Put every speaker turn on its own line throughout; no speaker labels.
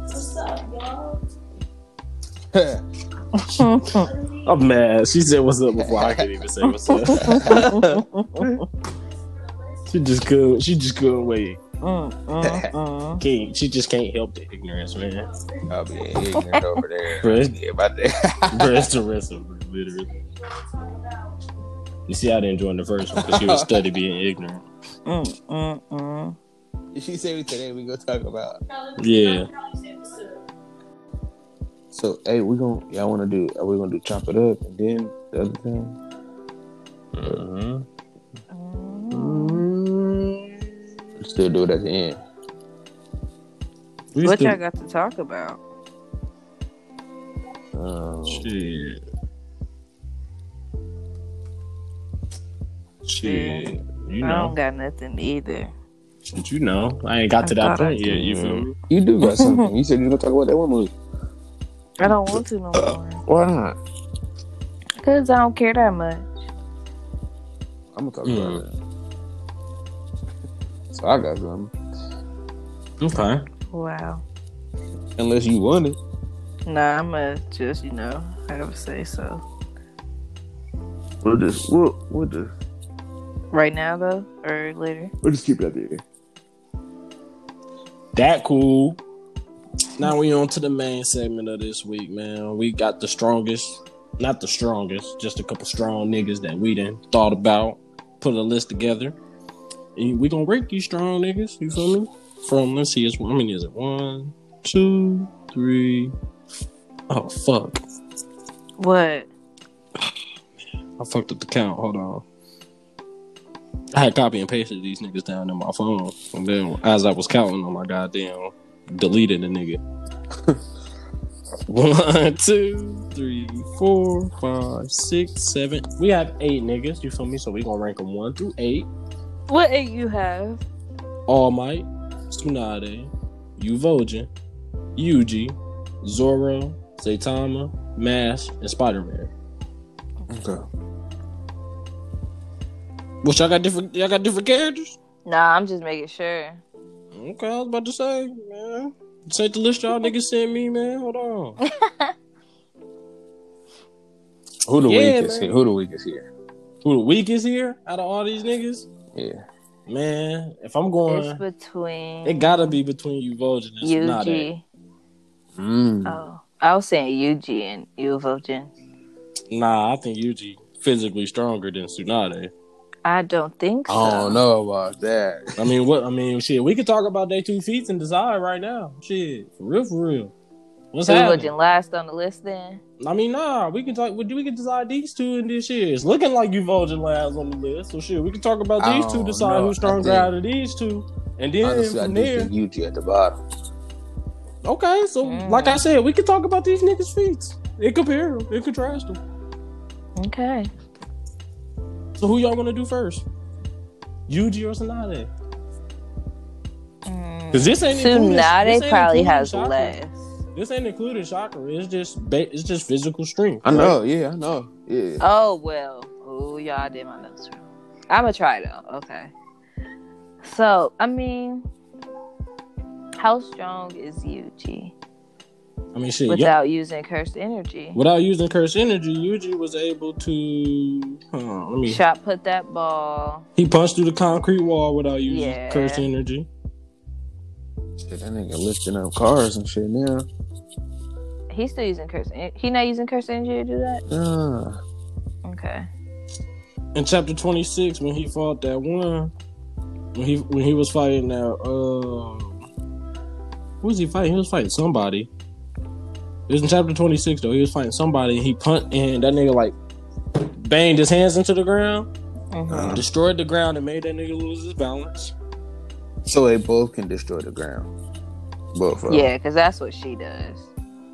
What's up, y'all?
I'm mad. Oh, She said what's up before I could even say what's up. she just couldn't. She just couldn't wait. Can't. She just can't help the ignorance, man.
I'll be ignorant over there.
Bro, it's,
Yeah, about that.
bro, it's the rest of it, literally. You see, I didn't join the first one because she was study being ignorant.
she said we today we gonna talk about.
Yeah.
So hey, we gonna y'all wanna do? Are we gonna do chop it up and then the other thing?
hmm Mm-hmm.
Still do it at the end.
We
What
still-
y'all got to talk about?
Um,
Shit. Shit. You
I don't
know.
got nothing either.
Shit, you know. I ain't got to
I
that
thought I
point yet. You feel me?
you do got something. You said you gonna talk about that one movie.
I don't want to no more.
Why not?
Because I don't care that much.
I'm gonna talk
Mm.
about it. So I got something.
Okay.
Wow.
Unless you want it.
Nah, I'm going to just, you know, have a say so.
We'll just we'll we'll just
Right now, though, or later?
we'll just keep it at the end.
That cool. Now we on to the main segment of this week, man. We got the strongest, not the strongest, just a couple strong niggas that we done thought about, put a list together. And we gonna rank these strong niggas, you feel me? From let's see, it's how many is it? One, two, three. Oh fuck.
What?
I fucked up the count. Hold on. I had copy and pasted these niggas down in my phone. And then as I was counting on my goddamn deleted the nigga. One, two, three, four, five, six, seven. We have eight niggas, you feel me? So we gonna rank them one through eight.
What eight you have?
All Might, Tsunade, Uvojin, Yuji, Zoro, Saitama, Mask, and Spider-Man.
Okay.
Which y'all got different y'all got different characters?
Nah, I'm just making sure.
Okay, I was about to say, man. This ain't the list y'all niggas sent me, man. Hold on.
Who the
Yeah,
weakest
man.
here? Who the weakest here?
Who the weakest here out of all these niggas?
Yeah.
Man, if I'm
It's
going,
between
it gotta be between you, Volgin, and Sonata.
Yuji.
Mm.
Oh, I was saying Yuji and Uvojin.
Nah, I think Yuji physically stronger than Tsunade.
I don't think so.
I
Oh,
don't know about that.
I mean, what? I mean, shit. We could talk about their two feats and desire right now. Shit, for real, for real. What's happening?
Uvojin last on the list then?
I mean, nah, we can talk. We, we can decide these two, and then shit, it's looking like you Vulgin last on the list. So shit, we can talk about
I
these two,
don't
decide
know.
who's
Oh, I
stronger
think-
out of these two, and then
Honestly, I
from
do
there.
think Yuji at the bottom.
Okay, so
Mm.
like I said, we can talk about these niggas' feats. It compare them, it contrast them.
Okay.
So who y'all gonna do first? Yuji or Tsunade? Because this ain't including- this
Tsunade
ain't
probably
including
has
chakra.
less.
This ain't including chakra. It's just ba- it's just physical strength.
I know. Yeah, I know. Yeah.
Oh well. Oh y'all I did my notes wrong. I'ma try though. Okay. So I mean, how strong is Yuji
I mean, shit. Without,
without using cursed energy?
without using cursed energy, Yuji was able to. Hold on, let me.
Shot put that ball.
He punched through the concrete wall without using
Yeah.
cursed energy.
Shit, that nigga lifting up cars and shit now.
He's still using cursed. en- He not using cursed energy to do that.
Ah.
Okay.
In chapter twenty six, when he fought that one, when he when he was fighting that uh, who was he fighting? He was fighting somebody. It was in chapter twenty six though. He was fighting somebody. And he punt and that nigga like banged his hands into the ground,
Mhm.
Mm-hmm.
Uh,
destroyed the ground, and made that nigga lose his balance.
so they both can destroy the ground. Both. of them.
yeah, because that's what she does.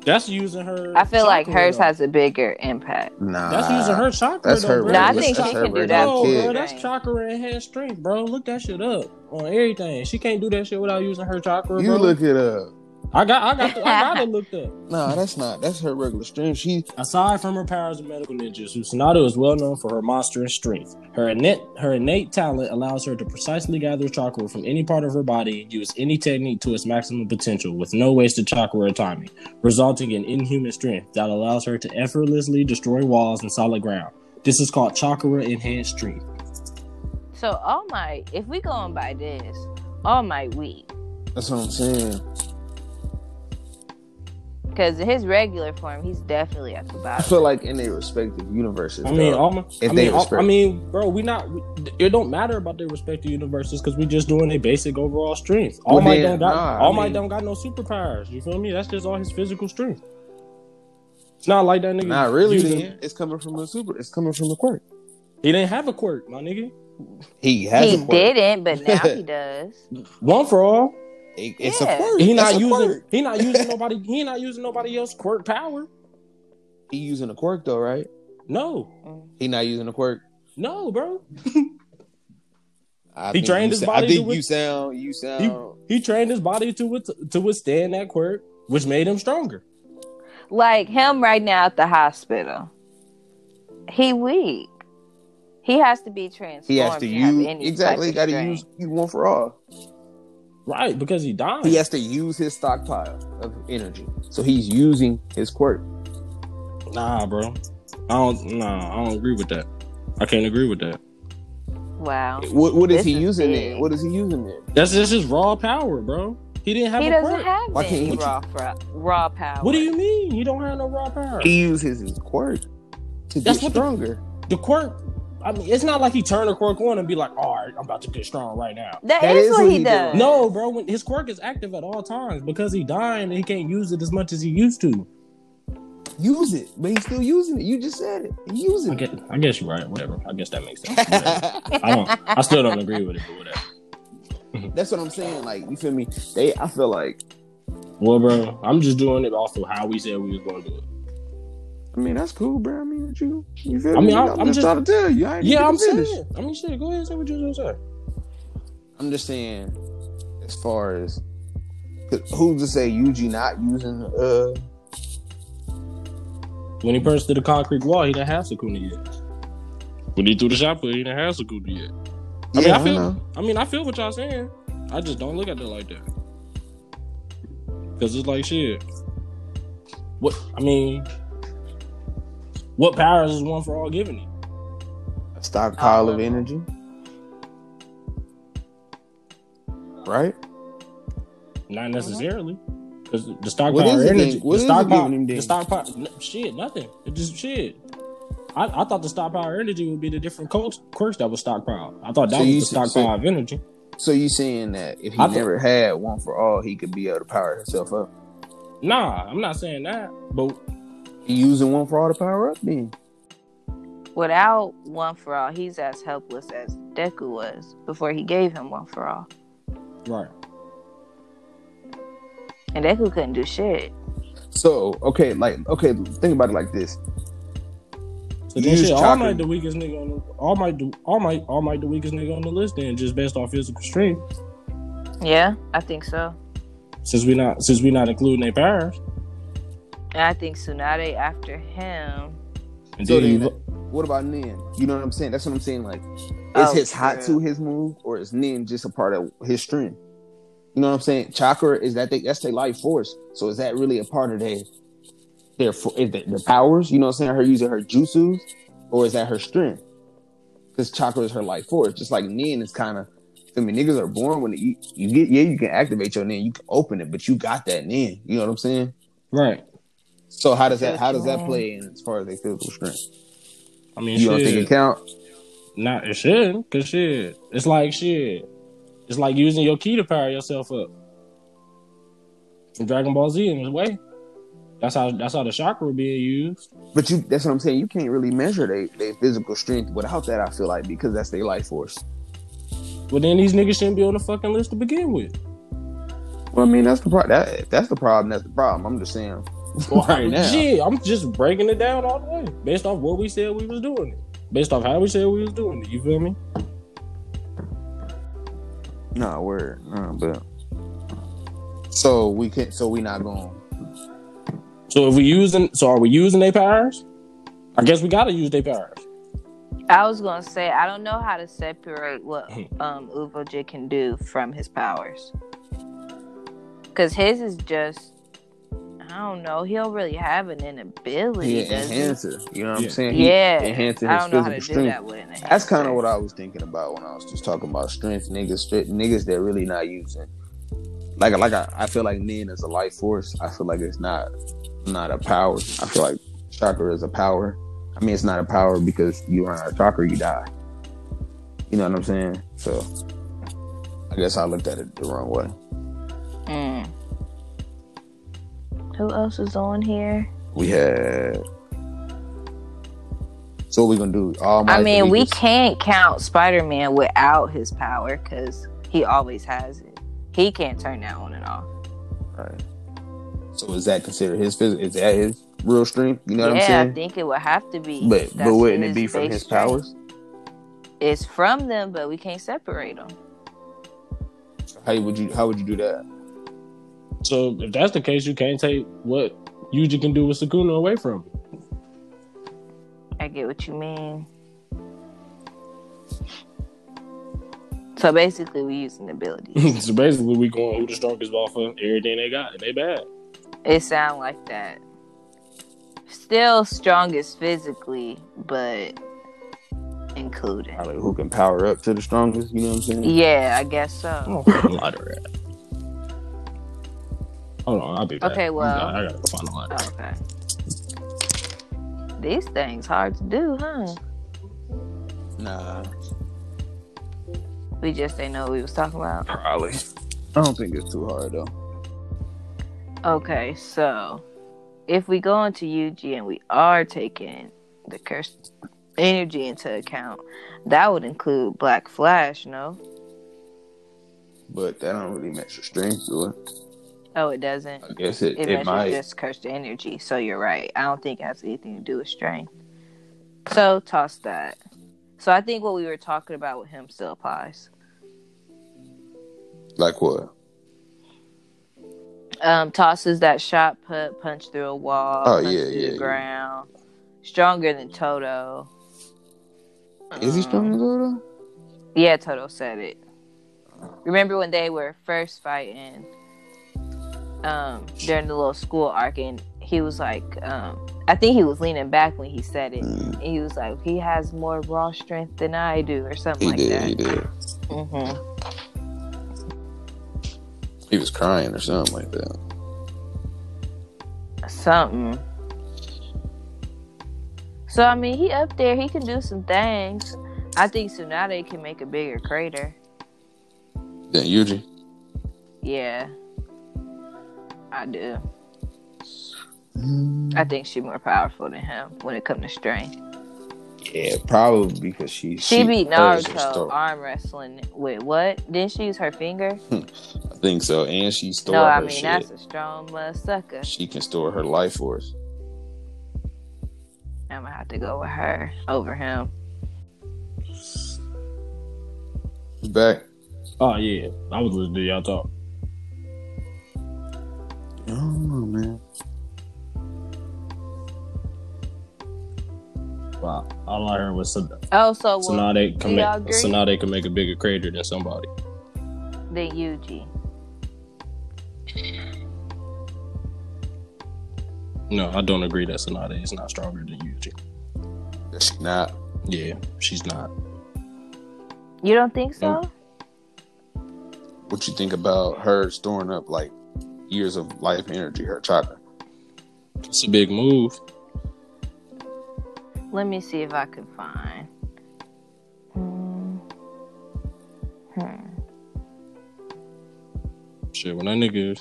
That's using her.
I feel like
chakra,
hers
though.
has a bigger impact.
Nah.
That's using her chakra.
That's
though,
her.
bro.
No, I
regular-
think
That's
she
her
can do
regular
that
No,
too.
kid.
bro, that's chakra and head strength, bro. Look that shit up on everything. She can't do that shit without using her chakra,
You
bro.
look it up.
I got I got the, I got it looked up.
Nah, that's not. That's her regular stream. She
Aside from her powers of medical ninjutsu, Sonata is well known for her monstrous strength. Her innate, her innate talent allows her to precisely gather chakra from any part of her body and use any technique to its maximum potential with no wasted chakra or timing, resulting in inhuman strength that allows her to effortlessly destroy walls and solid ground. This is called chakra enhanced strength.
So all my if we going by this, all my weak.
that's what I'm saying.
Because in his regular form, he's definitely at the
I
bottom.
feel like in their respective universes.
I mean,
dog.
all my, I,
they
mean all,
respect-
I mean, bro, we not. We, it don't matter about their respective universes because we just doing a basic overall strength. All
Well,
my don't
then,
got.
nah, I
all my
mean-
don't got no superpowers. You feel me? That's just all his physical strength. It's not like that nigga.
not really.
using-
then. It's coming from a super. It's coming from a quirk.
He didn't have a quirk, my nigga.
He has
he
a quirk.
didn't, but now he does.
One for all.
It- it's
Yeah.
a quirk.
He not
It's a
using.
quirk.
He not using nobody. He not using nobody else quirk power.
He using a quirk though, right?
No,
Mm.
He not using a quirk.
no, bro.
I
He
think
trained
you
his
sa-
body
I
to
think
with-
you sound. You sound.
He trained his body to with- to withstand that quirk, which made him stronger.
Like him right now at the hospital. He weak. He has to be transformed.
He has to
have
use
any type
exactly.
of
Got to
strength.
use you one for all.
Right, because he died.
He has to use his stockpile of energy, so he's using his quirk.
Nah, bro. I don't. Nah, I don't agree with that. I can't agree with that.
Wow.
What, what is
This
he
is
using
big.
then? What is he using then?
That's just his raw power, bro. He didn't have
He
a
doesn't
quirk.
have
Why can't
any
he-
raw, fra- raw power.
What do you mean? You don't have no raw power.
He uses his quirk to
That's
get
what the-
stronger.
The quirk. I mean, it's not like he turned the quirk on and be like, "All right, I'm about to get strong right now."
that is, what he,
did.
does.
No, bro. When his quirk is active at all times because he dying and he can't use it as much as he used to.
Use it, but he's still using it. You just said it. He's
I
using it.
guess, I guess you're right. Whatever. I guess that makes sense. Whatever. I don't. I still don't agree with it. But whatever.
That's what I'm saying. Like you feel me? They, I feel like.
Well, bro, I'm just doing it off of how we said we was gonna do it.
I mean, that's cool, bro. I mean, what you, you feel
I
me?
mean, I-
I'm,
I'm
just
just-
trying to tell you. I ain't
Yeah,
even
I'm
finished.
saying. I mean, shit. Go ahead and say what you was gonna say.
I'm just saying, as far as 'cause who's to say Yuji not using uh
When he burst through the concrete wall, he didn't have Sakuna yet. When he threw the shot put, he didn't have Sakuna yet. I mean,
yeah,
I feel-
know.
I mean, I feel what y'all saying. I just don't look at it like that. Cause it's like shit. What I mean, what powers is one for all giving him?
a stockpile
Uh-huh.
of energy, right?
Not necessarily. Cause the stockpile
What is it
energy,
then? What
the
is it
stockpile,
giving him then?
the stockpile, n- shit, nothing. It just shit. I, I thought the stockpile energy would be the different quirks, quirks that was stockpiled. I thought that
So you
was the
said-
stockpile
so-
of energy.
So you saying that if he
I thought-
never had one for all, he could be able to power himself up?
Nah, I'm not saying that. But
He using one for all to power up then?
Without one for all, he's as helpless as Deku was before he gave him one for all.
right.
And Deku couldn't do shit.
So okay, like okay, think about it like this.
So
You
then
use
shit, All
chakra.
Might the weakest nigga on the All Might the All Might All Might the weakest nigga on the list then just based off physical strength.
Yeah, I think so.
Since we not since we not including their powers.
And I think Tsunade after him.
And
So
then you
then,
look-
what about Nin? You know what I'm saying? That's what I'm saying. Like, is
Oh,
his
true.
Hatsu his move, or is Nin just a part of his strength? You know what I'm saying? Chakra is that they, that's their life force. So is that really a part of their their fo- is that their powers? You know what I'm saying? Her using her jutsus, or is that her strength? Because chakra is her life force, just like Nin is kind of. I mean, niggas are born when you, you get yeah, you can activate your Nin, you can open it, but you got that Nin. You know what I'm saying?
right.
So how does that
That's
how does that
right.
play in as far as their physical strength?
I mean
You don't
shit.
think it count?
not it should, cause shit. It's like shit. It's like using your key to power yourself up. From Dragon Ball Z in a way. That's how that's how the chakra being used.
But you that's what I'm saying. You can't really measure their they physical strength without that, I feel like, because that's their life force.
But then these niggas shouldn't be on the fucking list to begin with.
Well, I mean, that's the problem. That, if that's the problem. That's the problem. I'm just saying. right now.
Shit, I'm just breaking it down all the way based off what we said we was doing it, based off how we said we was doing it. You feel me?
Nah, word. Nah, but So we can. So we not going.
So if we using, so are we using their powers? I guess we gotta use their powers.
I was gonna say I don't know how to separate what
Hmm.
um Uvoje can do from his powers. Cause his is just I don't know, he don't really have an inability.
Yeah,
does he?
enhancer. You know what
Yeah.
I'm saying? He
yeah.
enhancing
I
his
don't know how to
physical
do
strength.
that with an enhancer.
That's kind of what I was thinking about when I was just talking about strength, niggas, strength, niggas that really not using. Like, like I, I feel like men is a life force. I feel like it's not, not a power. I feel like chakra is a power. I mean, it's not a power because you run out of chakra, you die. You know what I'm saying? So, I guess I looked at it the wrong way. Hmm.
Mm. Who else is on here?
We had. So what we gonna do? All
I
Might,
mean, we
just-
can't count Spider Man without his power because he always has it. He can't turn that on and off.
Alright. So is that considered his physical? Is that his real strength? You know what I'm
yeah,
saying?
I think it would have to be.
But
That's
but wouldn't it
his
be from
base
his
strength.
powers?
It's from them, but we can't separate them.
How would you how would you do that?
So if that's the case, you can't take what Yuji can do with Sukuna away from him.
I get what you mean. So basically, we using abilities.
so basically, we going who the strongest ball for everything they got, and they bad.
it sound like that. Still strongest physically, but included.
Probably who can power up to the strongest, you know what I'm saying?
Yeah, I guess so.
Oh, a lot of that. Hold on, I'll be back.
Okay, well-
I gotta, I gotta go find a lot.
Okay. These things hard to do, huh?
Nah,
We just didn't know what we was talking about.
probably. I don't think it's too hard though.
Okay, so if we go into UG and we are taking the cursed energy into account, that would include Black Flash, no?
But that don't really measure strength to it.
Oh, it doesn't.
I guess Uh, it,
It,
it,
measures
might.
just cursed energy, so you're right. I don't think it has anything to do with strength. So toss that. So I think what we were talking about with him still applies.
Like what?
Um, tosses that shot put, punch through a wall,
Oh,
punch
yeah,
through
yeah,
the
yeah.
ground. Stronger than Toto.
Is he
Um,
stronger though?
Yeah, Toto said it. Remember when they were first fighting um, during the little school arc, and he was like, um, I think he was leaning back when he said it.
Mm,
And he was like, he has more raw strength than I do, or something
he
like
did,
that.
he did.
Mm-hmm.
He was crying or something like that.
Something. So I mean, he up there, he can do some things. I think Tsunade can make a bigger crater.
Then Yuji.
Yeah, I do. I think she's more powerful than him when it comes to strength.
Yeah, probably because she
She, beat
hers was
Naruto
strong.
arm wrestling with what? Didn't she use her finger?
I think so, and she stole
no,
her
I mean
shit.
that's a strong mother sucker.
She can store her life force.
I'm gonna have to go with her over him.
You back?
Oh yeah, I was listening to y'all talk.
Oh man.
Wow, all I heard was Sun-
Oh, so well,
Tsunade
do
can make
y'all agree?
Tsunade can make a bigger crater than somebody.
then Yuji.
No, I don't agree that Tsunade is not stronger than Yuji.
She not.
Yeah, she's not.
You don't think so?
What you think about her storing up like years of life energy, her chakra?
It's a big move.
Let me see if I can find. Hmm. Hmm.
Shit, when that nigga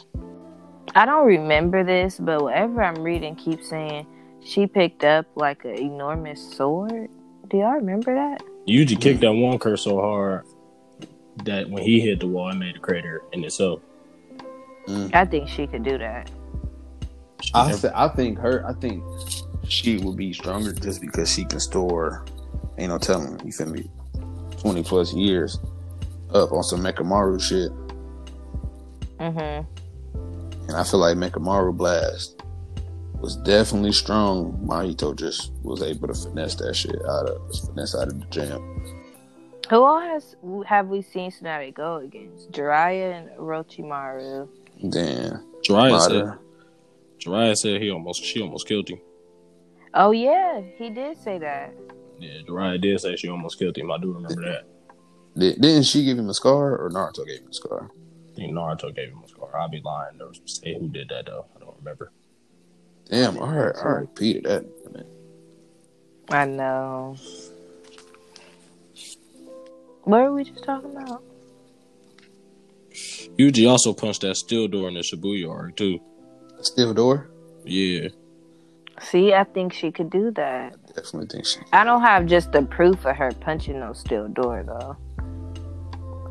I don't remember this, but whatever I'm reading keeps saying she picked up like an enormous sword. Do y'all remember that?
Yuji kicked that one curse so hard that when he hit the wall, it made a crater in itself.
I think she could do that.
She
I
never-
th- I think her I think she would be stronger just because she can store ain't no telling, you feel me? Twenty plus years up on some Mekamaru shit.
Mm-hmm.
And I feel like Mekamaru Blast was definitely strong. Mahito just was able to finesse that shit out of finesse out of the jam.
Who all has have we seen Tsunade go against? Jiraiya and Orochimaru.
Then
Jiraiya said,
Madara.
Jiraiya said he almost she almost killed him.
Oh yeah, he did say that.
Yeah, Jiraiya did say she almost killed him. I do remember that.
Did, didn't she give him a scar or Naruto gave him a scar?
I think Naruto gave him a scar. I'd be lying to say who did that though. I don't remember.
Damn, I heard I repeated that.
I know. What were we just talking about?
Yuji also punched that steel door in the Shibuya arc too.
Steel door?
Yeah.
See, I think she could do that.
Definitely think she
I don't have just the proof of her punching no steel door though.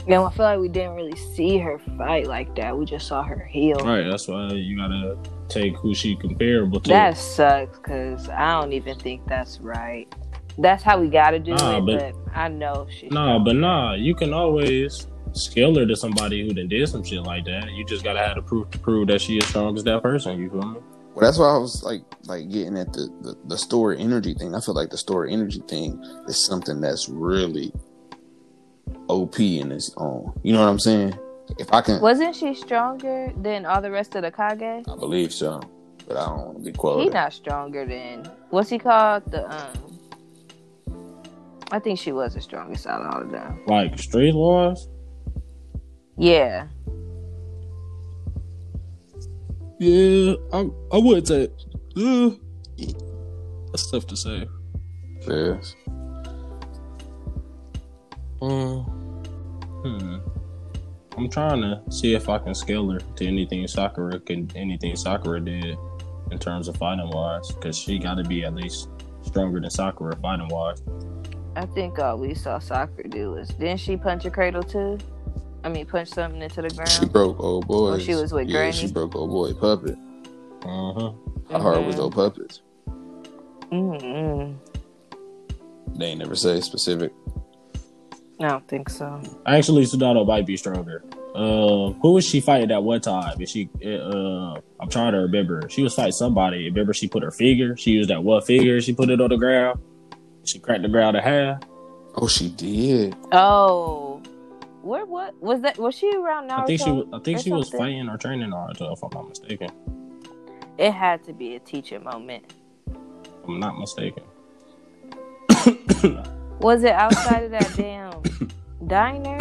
And I feel like we didn't really see her fight like that. We just saw her heel.
Right. That's why you gotta take who she comparable to.
That sucks because I don't even think that's right. That's how we got to do
Nah,
it,
but-
but, I know she.
Nah, but nah, you can always scale her to somebody who done did some shit like that. You just gotta have the proof to prove that she is strong as that person. You feel me?
Well, that's why I was like, like getting at the, the the store energy thing. I feel like the store energy thing is something that's really OP in its own. You know what I'm saying? If I can,
Wasn't she stronger than all the rest of the Kage?
I believe so, but I don't want to be
He
quoted.
not stronger than what's he called? The um, I think she was the strongest out of all of them.
Like street laws.
Yeah,
Yeah, I I would say. Uh, that's tough to say.
Yes.
Um,
Mm.
hmm. I'm trying to see if I can scale her to anything Sakura can anything Sakura did in terms of fighting wise, because she got to be at least stronger than Sakura fighting wise.
I think all we saw Sakura do was didn't she punch a cradle too? I mean, punch something into the
She
ground.
broke old boy.
When Oh, she was with
yeah,
Granny?
She broke old boy puppet.
Uh huh.
How hard was
Mhm.
those puppets?
Mm-hmm. Mm-mm.
They ain't never say specific.
I don't think so.
Actually, Sudato might be stronger. Uh, who was she fighting at what time? Is she? Uh, I'm trying to remember. She was fighting somebody. Remember, she put her figure. She used that what figure? She put it on the ground. She cracked the ground in half.
Oh, she did.
Oh, where? What was that? Was she around Naruto?
I think she. Was, I think
or
she was
something?
fighting or training Naruto, if I'm not mistaken.
It had to be a teaching moment.
If I'm not mistaken.
Was it outside of that damn diner,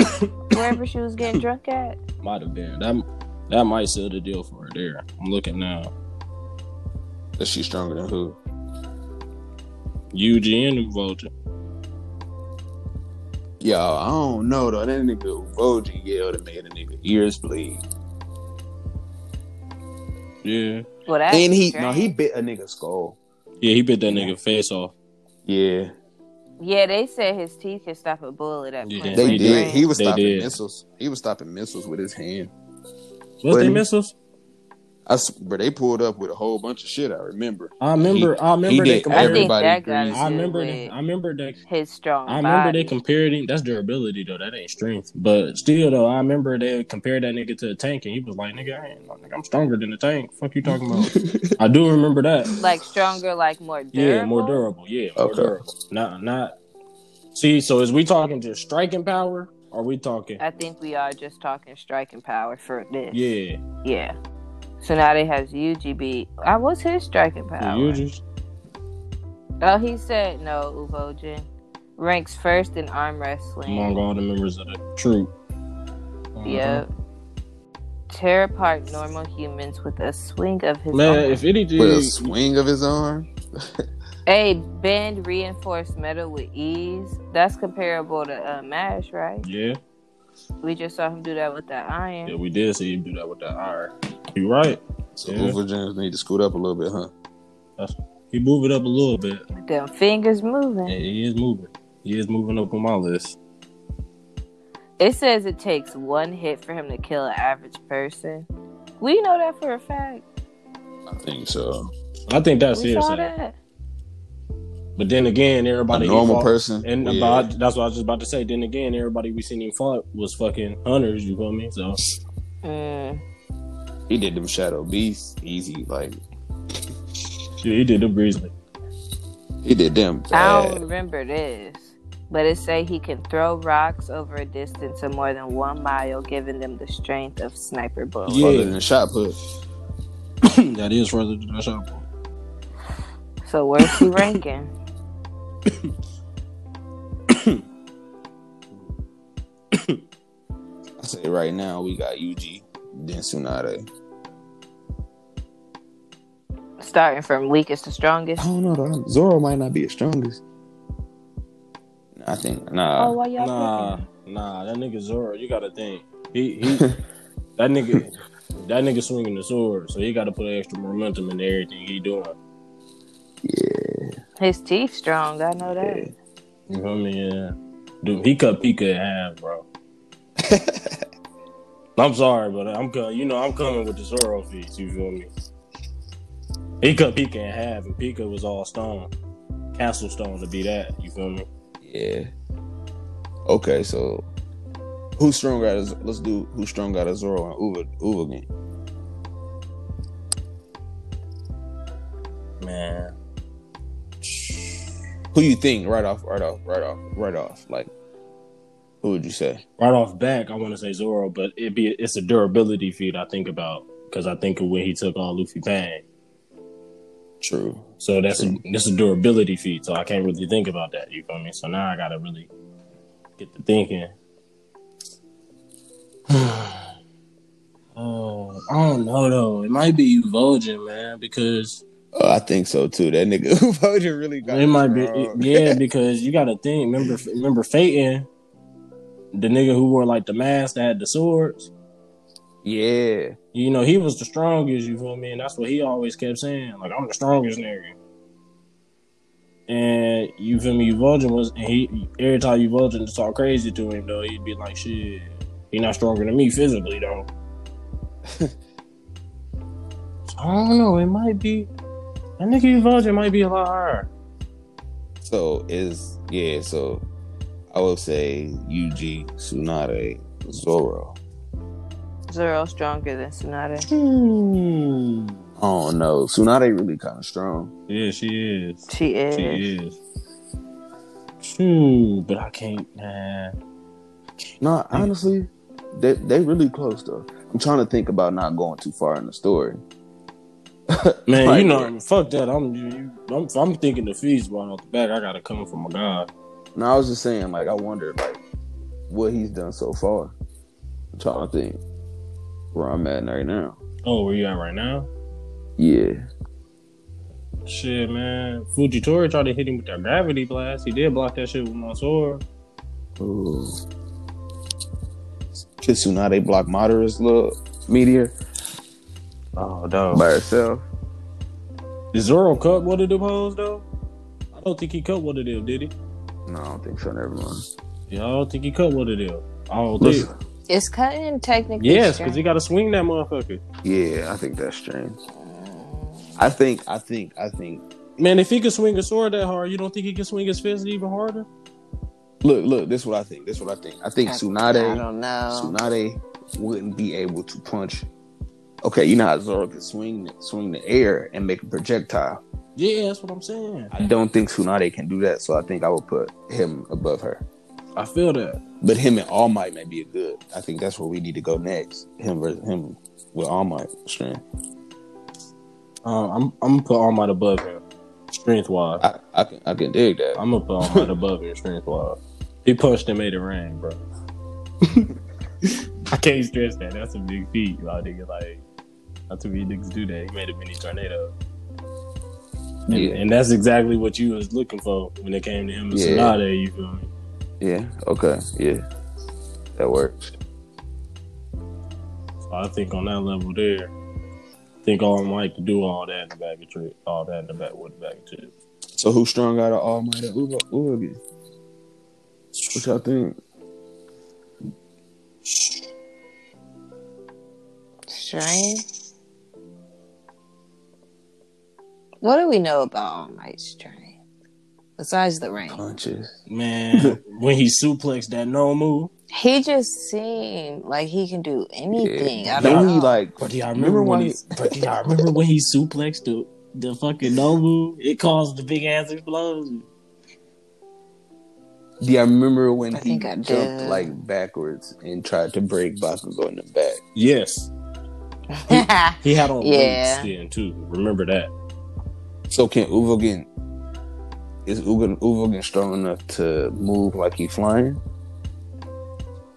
wherever she was getting drunk at?
Might have been. That that might seal the deal for her there. I'm looking now.
That she's stronger than who?
Yuji and Vulture.
Yo, I don't know though. That nigga Voji yelled and made a nigga ears bleed.
Yeah.
Well, that
And he no, he bit a nigga skull.
Yeah, he bit that nigga face off.
Yeah,
Yeah, they said his teeth could stop a bullet at
Yeah,
point
they
They
blank
did.
range.
He was
They
stopping
did.
missiles. He was stopping missiles with his hand.
Was they
Well-
missiles?
I, s- but they pulled up with a whole bunch of shit. I remember.
I remember I remember
he
they
did I
compared
I think
everybody
that got
agrees.
I remember they, I
with
remember they
his strong.
I remember
body.
they compared him. That's durability though. That ain't strength. But still though, I remember they compared that nigga to a tank, and he was like, "Nigga, I ain't, no- nigga, I'm stronger than a tank." Fuck you talking about? I do remember that.
like stronger, like more durable.
Yeah, more durable. Yeah, more
Okay.
durable. Not not. See, so is we talking just striking power? Or are we talking?
I think we are just talking striking power for this.
Yeah,
yeah. So now they has UGB. I was Uh, his striking power.
you just
Oh, he said no, Uvojin. Ranks first in arm wrestling.
among all the members of the troop. Uh-huh.
Yep. Tear apart normal humans with a swing of his
Man,
arm.
if anything,
With a swing of his arm.
Hey, bend reinforced metal with ease. That's comparable to uh, Mash, right?
yeah,
We just saw him do that with that iron.
yeah, we did see him do that with that iron. You right?
So
Yeah.
Uber Jones need to scoot up a little bit, huh?
He move it up a little bit.
Them fingers moving.
Yeah, he is moving. He is moving up on my list.
It says it takes one hit for him to kill an average person. We know that for a fact.
I think so.
I think that's
we saw
hearsay.
that.
But then again, everybody
a
he
normal
fought-
person.
And
yeah.
about, that's what I was just about to say. Then again, everybody we seen him fought was fucking hunters. You feel me? So
Mm.
He did them shadow beasts easy. Like
Yeah, he did them grizzly.
he did them.
I
bad.
don't remember this, but it say he can throw rocks over a distance of more than one mile, giving them the strength of sniper bullets.
Yeah.
Other than shot put.
that is further than the shot put.
So where's he ranking?
I say right now we got UG, then Tsunade.
Starting from weakest to strongest.
I don't know though. Zoro might not be the strongest. I think
Oh,
nah.
why y'all
Nah,
picking?
nah, that nigga Zoro, you gotta think. He he that nigga that nigga swinging the sword, so he gotta put extra momentum into everything he doing.
His teeth strong. I know that.
You know what I mean? Yeah. Dude, he cut Pika in half, bro. I'm sorry, but I'm co- you know I'm coming with the Zoro feats. You feel me? He cut Pika in half, and Pika was all stone, castle stone to be that. You feel me?
Yeah. Okay, so who's strong out of let's do who's strong out of Zoro and Uva Uva again.
Man,
Who you think right off, right off, right off, right off? Like who would you say?
right off back, I want to say Zoro, but it be it's a durability feat I think about because I think of when he took on Luffy Bang.
True.
So that's a, that's a durability feat. So I can't really think about that. You feel me? So now I gotta really get to thinking. oh, I don't know though. It might be Evogin, man, because
Oh, I think so too. That nigga Uva really got
it might be
strong.
yeah. Because you gotta think. Remember, remember Phaeton, the nigga who wore like the mask that had the swords.
yeah.
You know, he was the strongest, you feel me? And that's what he always kept saying. Like, I'm the strongest nigga. And you feel me, Evulgin was and he every time Evulgin talk crazy to him though, he'd be like, shit, he not stronger than me physically though. So, I don't know, it might be I think Evulgin might be a lot higher.
So is yeah. So I would say UG Tsunade Zoro.
Zoro stronger than Tsunade.
Hmm.
Oh no, Tsunade really kind of strong.
Yeah, she is.
She is.
She is. Shoot, but I can't nah.
No, honestly, they they really close though. I'm trying to think about not going too far in the story.
Man,
Like-
you know, fuck that. I'm, you, you- I'm, I'm thinking the fees right off the back. I gotta come from a god.
No, I was just saying, like I wonder, like what he's done so far. I'm trying to think where I'm at right now.
Oh, where you at right now?
Yeah,
Shit, man. Fujitori tried to hit him with that gravity blast. He did block that shit with my sword.
Ooh. Could Tsunade block Madara's little meteor
Oh, no.
by herself?
Did Zoro cut one of them hoes though? I don't think he cut one of them, did he?
No, I don't think so. Never mind.
Yeah, I don't think he cut one of them. I don't
Listen,
think.
Is cutting technically
Yes,
strong?
because he gotta swing that motherfucker.
Yeah, I think that's strange. I think, I think, I think.
Man, if he could swing a sword that hard, you don't think he can swing his fist even harder?
Look, look. This is what I think. This is what I think. I think
I
Tsunade,
don't know.
Tsunade wouldn't be able to punch. Okay, you know how Zoro can swing, swing the air and make a projectile.
Yeah, that's what I'm saying.
I don't think Tsunade can do that, so I think I would put him above her.
I feel that.
But him and All Might may be a good. I think that's where we need to go next. Him versus him with All Might strength.
Um, I'm I'm gonna put All Might above him, strength wise.
I, I can I can dig that.
I'm gonna put All Might above him, strength wise. He punched and made it rain, bro. I can't stress that. That's a big feat, y'all nigga. Like, not too many niggas do that. He made a mini tornado. And,
Yeah.
and that's exactly what you was looking for when it came to him and
Yeah.
Sonata, you feel me?
Yeah. Okay. Yeah. That works.
So I think on that level there, I think All Might can do all that in the back of trip, all that in the back with the back of trip.
So who's strong out of All Might and Uber, Uber again? What y'all think?
Strength? What do we know about All Might's strength? Besides the rain.
Punches.
Man, when he suplexed that no move.
He just seemed like he can do anything. I
Then
don't
he
know.
like
But do y'all
Remember
remember when
why-
he? But do y'all remember when he suplexed the the fucking Nobu? It caused the big ass explosion.
do you remember when
I
he
think I
jumped
did.
like backwards and tried to break Bakugo in the back?
Yes, he had on
Yeah.
boots then too. Remember that?
So can Uvo get is Ugo Uvo getting strong enough to move like he flying?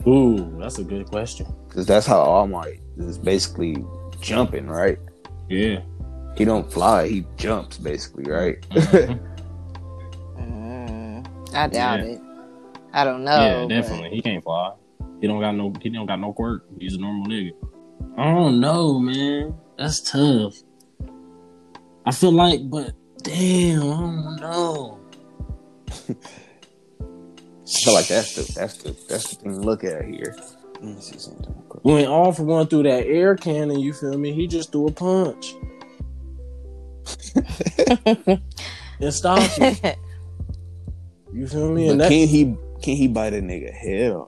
Ooh, that's a good question.
Because that's how All Might is basically jumping, right?
Yeah,
He don't fly, he jumps basically, right?
Mm, I doubt
Yeah.
it. I don't know.
yeah,
but-
definitely. He can't fly. He don't got no. He don't got no quirk. He's a normal nigga. I don't know, man. That's tough. I feel like, but damn, I don't know.
I feel like that's the that's the that's the thing to look at here. Let me see something. real quick.
When all for one through that air cannon, you feel me? He just threw a punch. and stopped it. You feel me? And that,
But can he can he bite a nigga head off?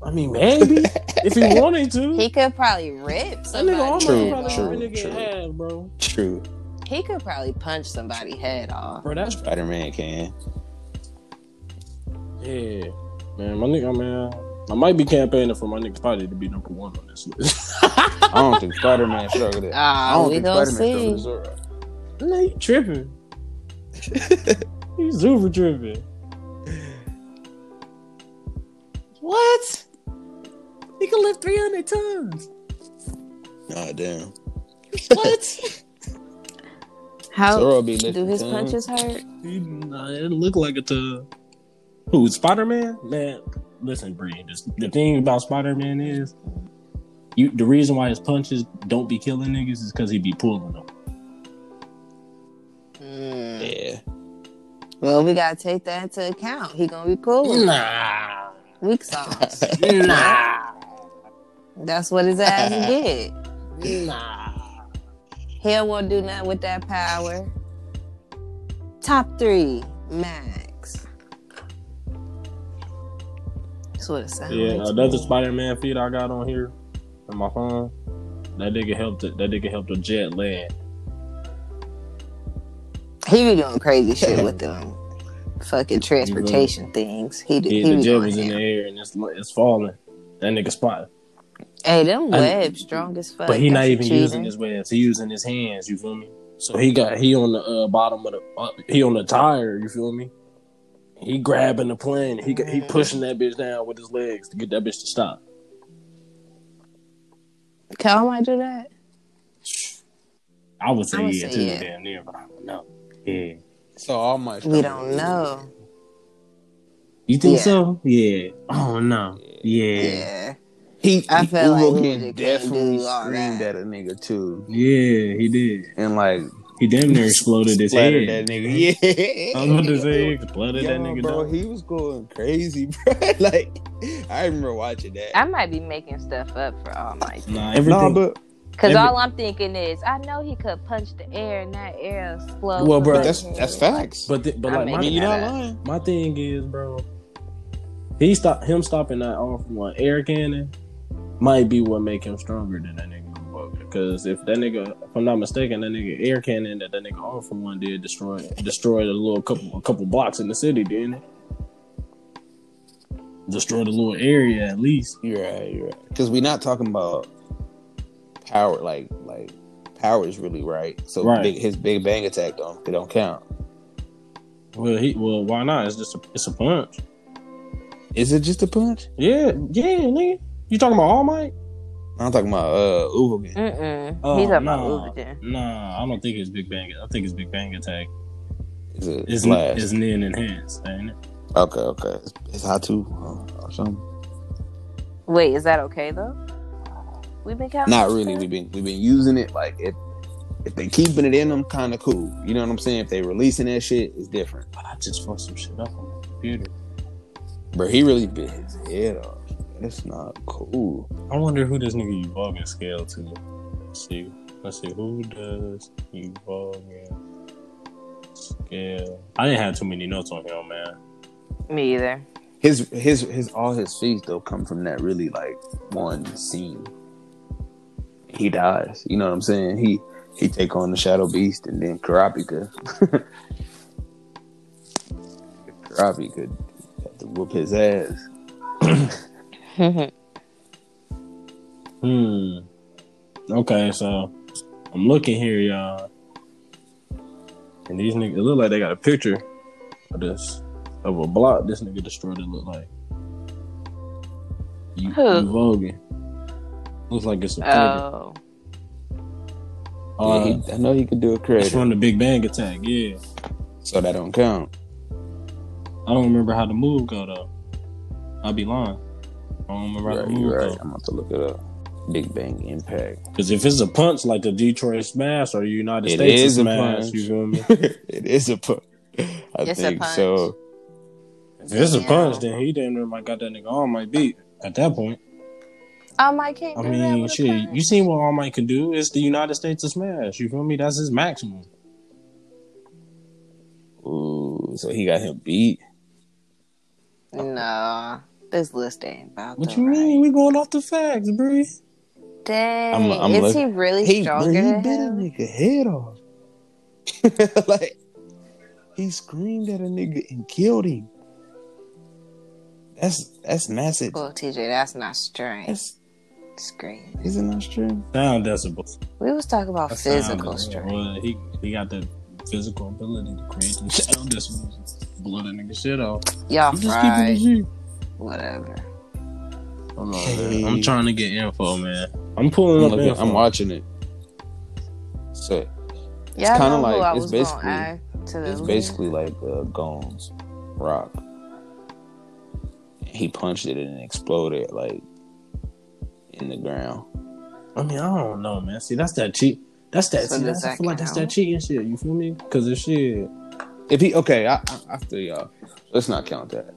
I mean, maybe if he wanted to.
he could probably rip
that nigga
somebody.
almost
True,
probably
true,
really get
true.
half, bro.
True.
He could probably punch somebody head off.
Bro, that's
Spider Man can.
yeah, man. My nigga, man. I might be campaigning for my nigga Spidey to be number one on this list.
I don't think Spider Man struggled it. I
Ah,
don't
we
think
gonna
Spider Man
see.
struggled it. Zoro.
nah, you tripping? you super tripping.
What?
He can lift three hundred tons.
Nah, damn.
What?
How
Zoro be lifting
do his punches
tons.
hurt?
nah, it look like a ton. Who? Spider Man? Man, listen, Bree. this- The thing about Spider Man is, you the reason why his punches don't be killing niggas is because he be pulling them.
Mm.
Yeah.
Well, we gotta take that into account. He gonna be pulling
Nah,
weak sauce.
nah,
That's what his ass did.
nah.
He don't want to do nothing with that power. Top three, max. That's what it sounds
Yeah,
like. to
another
me.
Spider Man feed I got on here on my phone. That nigga helped. That nigga helped a jet land.
He be doing crazy shit with them fucking transportation things. He, do-
Yeah,
he
the
be
jet
doing
was in the
him.
air and it's it's falling. That nigga spot.
Hey, them
I-
webs strong as fuck.
But he not
That's
even
cheating.
using his webs. He using his hands. You feel me? So he got he on the uh, bottom of the uh, he on the tire. You feel me? He grabbing the plane. He got-
Mm-hmm.
he pushing that bitch down with his legs to get that bitch to stop.
Can I might do that?
I would say
I would
yeah
say
too,
yeah.
damn near, but I don't know. Yeah,
So all my
We don't know.
you think
Yeah.
so? Yeah. Oh no.
Yeah.
Yeah.
He,
I
he-
feel like
Ugo
Ugo
can
can't
definitely
do all
screamed
that.
at a nigga too,
Yeah. he did.
and like
He damn near exploded his
splattered
head.
that nigga. Yeah,
I was about to say he exploded
Yo,
that nigga.
bro,
down.
he was going crazy, bro. like I remember watching that.
I might be making stuff up for all my.
Nah,
nah,
everything.
but
Because
Every-
all I'm thinking is, I know he could punch the air and that air explode.
Well,
from
bro,
his
that's
head.
that's facts.
but th- but
I
like
mean,
my,
you know-
lying.
My thing is, bro, he stop him stopping that off from one air cannon might be what make him stronger than that nigga Because if that nigga, if I'm not mistaken, that nigga air cannon that that nigga off from one did destroy destroyed a little couple a couple blocks in the city, didn't it? Destroyed a little area at least.
You're right. You're right. Because we're not talking about power, like like power is really right. So
Right.
Big, his big bang attack don't it don't count.
Well, he well why not? It's just a, it's a punch.
Is it just a punch?
Yeah, yeah, nigga. You talking about All Might?
I'm talking about uh Uvo. Again.
Mm-mm.
Oh,
He's talking
nah.
about Uber.
Nah, I don't think it's Big Bang. I think it's Big Bang Attack.
It's a
It's
slash.
is Nin enhanced, ain't it?
Okay, okay. It's, it's how to uh, or something.
Wait, is that okay though? We've been counting.
Not
this
really.
stuff?
We've been we've been using it like if if they keeping it in them, kind of cool. You know what I'm saying? If they releasing that shit, it's different.
I just fucked some shit up on my computer.
But he really bit his head off. That's not cool.
I wonder who this nigga Uvalgan scale to. Let's see. Let's see. Who does Uvalgan scale? I didn't have too many notes on him, man.
Me either.
His his his all his feats though come from that really like one scene. He dies. You know what I'm saying? He he take on the Shadow Beast and then Karapika. Karapika had to whoop his ass.
Oh.
Hmm. Okay, so I'm looking here, y'all. And these niggas it look like they got a picture of this of a block this nigga destroyed it look like. You, you
Who?
voguing. Looks like it's a Uh, picture.
oh,
Uh,
Yeah, he- I know he could do a
it's
creative,
from the Big Bang attack, yeah.
so that don't count.
I don't remember how the move go though. I'll be lying. I don't remember how
Right,
the
you're
move
right.
go.
I'm about to look it up. Big Bang Impact.
Because if it's a punch like the Detroit Smash or the United
It
States
is a
Smash,
punch.
you feel me?
it is a punch. I
It's a
think
punch.
so.
If it's a
Yeah.
punch, then he damn near might got that nigga All Might beat at that point.
Um, I might can't
I
do that
mean,
with a
shit,
punch.
you seen what All Might can do? It's the United States of Smash. You feel me? That's his maximum.
Ooh, so he got him beat.
No, this list ain't about
What
the
you
right.
mean? We going off the facts, Bree.
Dang,
I'm- I'm
is
look-
he really stronger
bro,
than him?
nigga head off. like he screamed at a nigga and killed him. That's that's massive.
Well, TJ, that's not strength.
That's
Scream.
is it not true?
Sound decibels.
We was talking about
That sound
physical
is-
strength.
Well, he he got the physical ability to create them sound decibels. Blow that nigga shit off.
Y'all
I'm just keeping it
fried.
G.
Whatever.
Hold on,
Hey.
man. I'm trying to get info, man. I'm pulling
I'm,
up
looking,
info.
I'm watching it. So
Y'all
kinda
know who
like-
I
it's
was gonna
basically-
add to the
it's
list.
basically like uh, Gones rock. He punched it and it exploded like in the ground.
I mean, I don't know, man. See, that's that cheat. That's that.
So
see,
does
that's, I
that
feel like that's
count?
that cheating shit. You feel me? Because it's shit.
If he okay, I, I, I feel y'all. Let's not count that.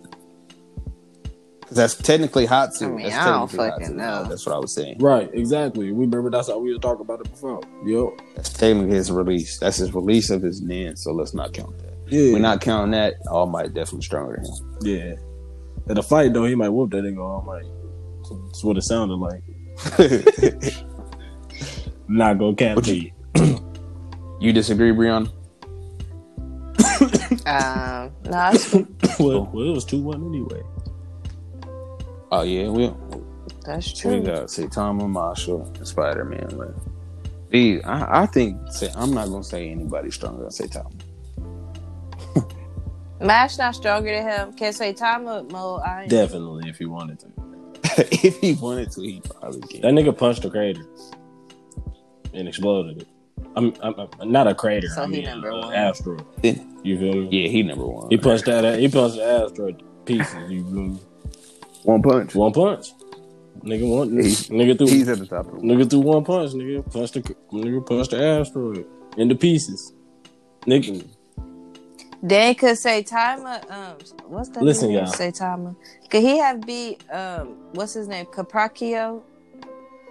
'Cause that's technically hot too.
I mean,
that's
I don't
technically hot
fucking
too.
know.
That's what I was saying.
Right. Exactly. We remember that's how we were talking about it before. Yo.
That's technically his release. That's his release of his nin. So let's not count that.
Yeah.
We're not counting that. All Might definitely stronger than him.
Yeah. In a fight though, he might whoop that nigga. All might. That's what it sounded like. Not go cap
What you-
me.
you disagree, Breon?
Um, no, that's,
well, well, it was two one anyway.
Oh yeah, we
that's
we
true.
got Saitama, Marshall, and Spider Man left. These, I, I think. Say, I'm not gonna say anybody stronger than Saitama.
Mash not stronger than him. Can't say time up, Mo. I ain't.
Definitely, if he wanted to.
if he wanted to, he probably can.
That nigga punched a crater and exploded it. I'm, I'm, I'm- not a crater.
So
I
he
mean,
number
uh,
one.
asteroid.
Then-
You feel me?
Yeah, he number one.
He punched that. He punched the asteroid to pieces. You feel me?
one punch.
One punch. Nigga one.
He-
nigga threw.
He's at the top of the
Nigga threw one punch. Nigga punched the. Nigga punched the asteroid into pieces. Nigga,
Then could say time up. Um, what's that?
Listen,
name?
y'all.
Say time up. Could he have beat um, what's his name? Capaccio?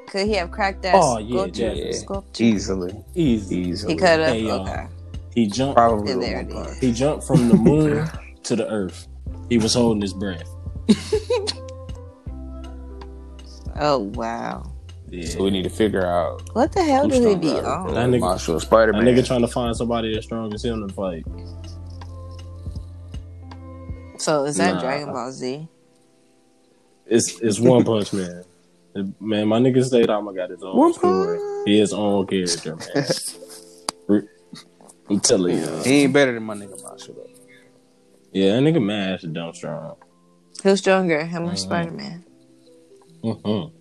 Could he have cracked that
Oh, yeah,
sculpture?
yeah.
sculpture?
Easily,
easy.
He
easily.
could have.
Hey, y'all.
okay.
He jumped.
probably
And
with
there
one
it
punch.
He jumped from the moon to the earth. He was holding his breath.
Oh wow.
Yeah.
So we need to figure out
What the hell
Who's
did he
stronger
be
out of
on?
both? That nigga-
Marshall Spider
That
Man.
nigga trying to find somebody as strong as him to fight.
So is that
Nah.
Dragon Ball Z?
It's it's One Punch Man. Man, my nigga stayed out. My got his own
One
story. He his own character, man. Re- I'm telling you.
he ain't better than my nigga Marshall. Though.
Yeah, that nigga Mash is dumb strong.
Who's stronger, him or
Mhm.
Spider Man?
Mhm.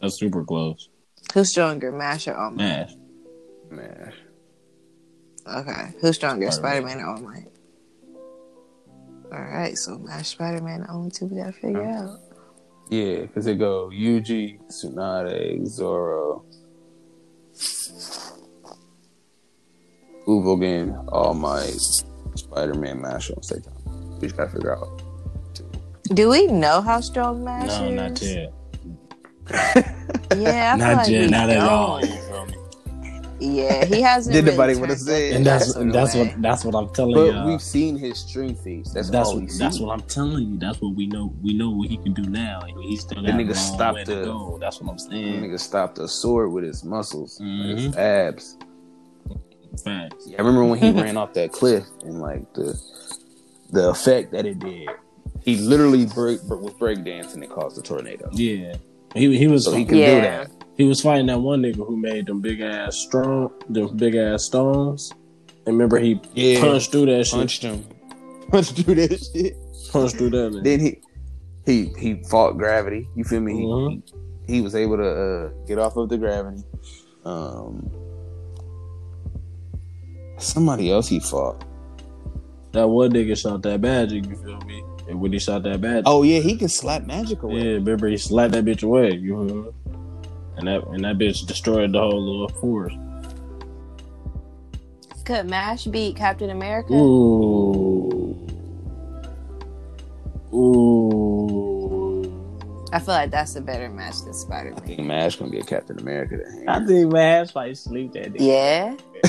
That's super close.
Who's stronger, Mash or All Might?
Mash.
Man,
Okay. Who's stronger, Spider
Spider-Man.
Man or All Might? All right. So Mash, Spider Man, the only two we gotta figure out.
yeah, because it go Yuji, Tsunade, Zoro, Uvo Game, All Might, Spider Man, Marshall, and Saitama. We just gotta figure out.
Do we know how strong Mash
No,
is?
not yet.
Yeah, I feel
Not
like we
yet. Not at
don't.
all. You feel me?
Yeah, he hasn't.
Did
really
nobody wanna
turned
say it?
up
And that's
yet.
That's
that's
the way.
what that's what I'm telling
But
y'all.
we've seen his string face. uh, That's,
That's,
all we
what
see.
that's what I'm telling you. That's what we know. We know what he can do now. and He still got a
nigga
long
stopped
way
the-
to go. That's what I'm
The
saying.
nigga stopped a sword with his muscles, with his
Mhm.
abs.
Facts.
Yeah, I remember when he ran off that cliff and like the the effect that it did. He literally break, was breakdancing and it caused a tornado.
Yeah. He he was
So he
he,
can do
Yeah.
that.
was fighting that one nigga who made them big ass strong them big ass stones. And remember he
Yeah.
punched through that shit.
Punched him. Punched through that shit.
Punched through that. nigga.
Then he he he fought gravity. You feel me? He-
Mhm.
He, was able to uh, get off of the gravity. Um, somebody else he fought.
That one nigga shot that magic. You feel me? And when he shot that magic,
Oh yeah, he can slap magic away.
yeah, remember he slapped that bitch away. You feel me? And that and that bitch destroyed the whole little forest.
Could Mash beat Captain America?
Ooh. Ooh.
I feel like that's a better match than Spider
I
Man.
think Mash gonna be a Captain America. Then.
I think my ass might sleep that day.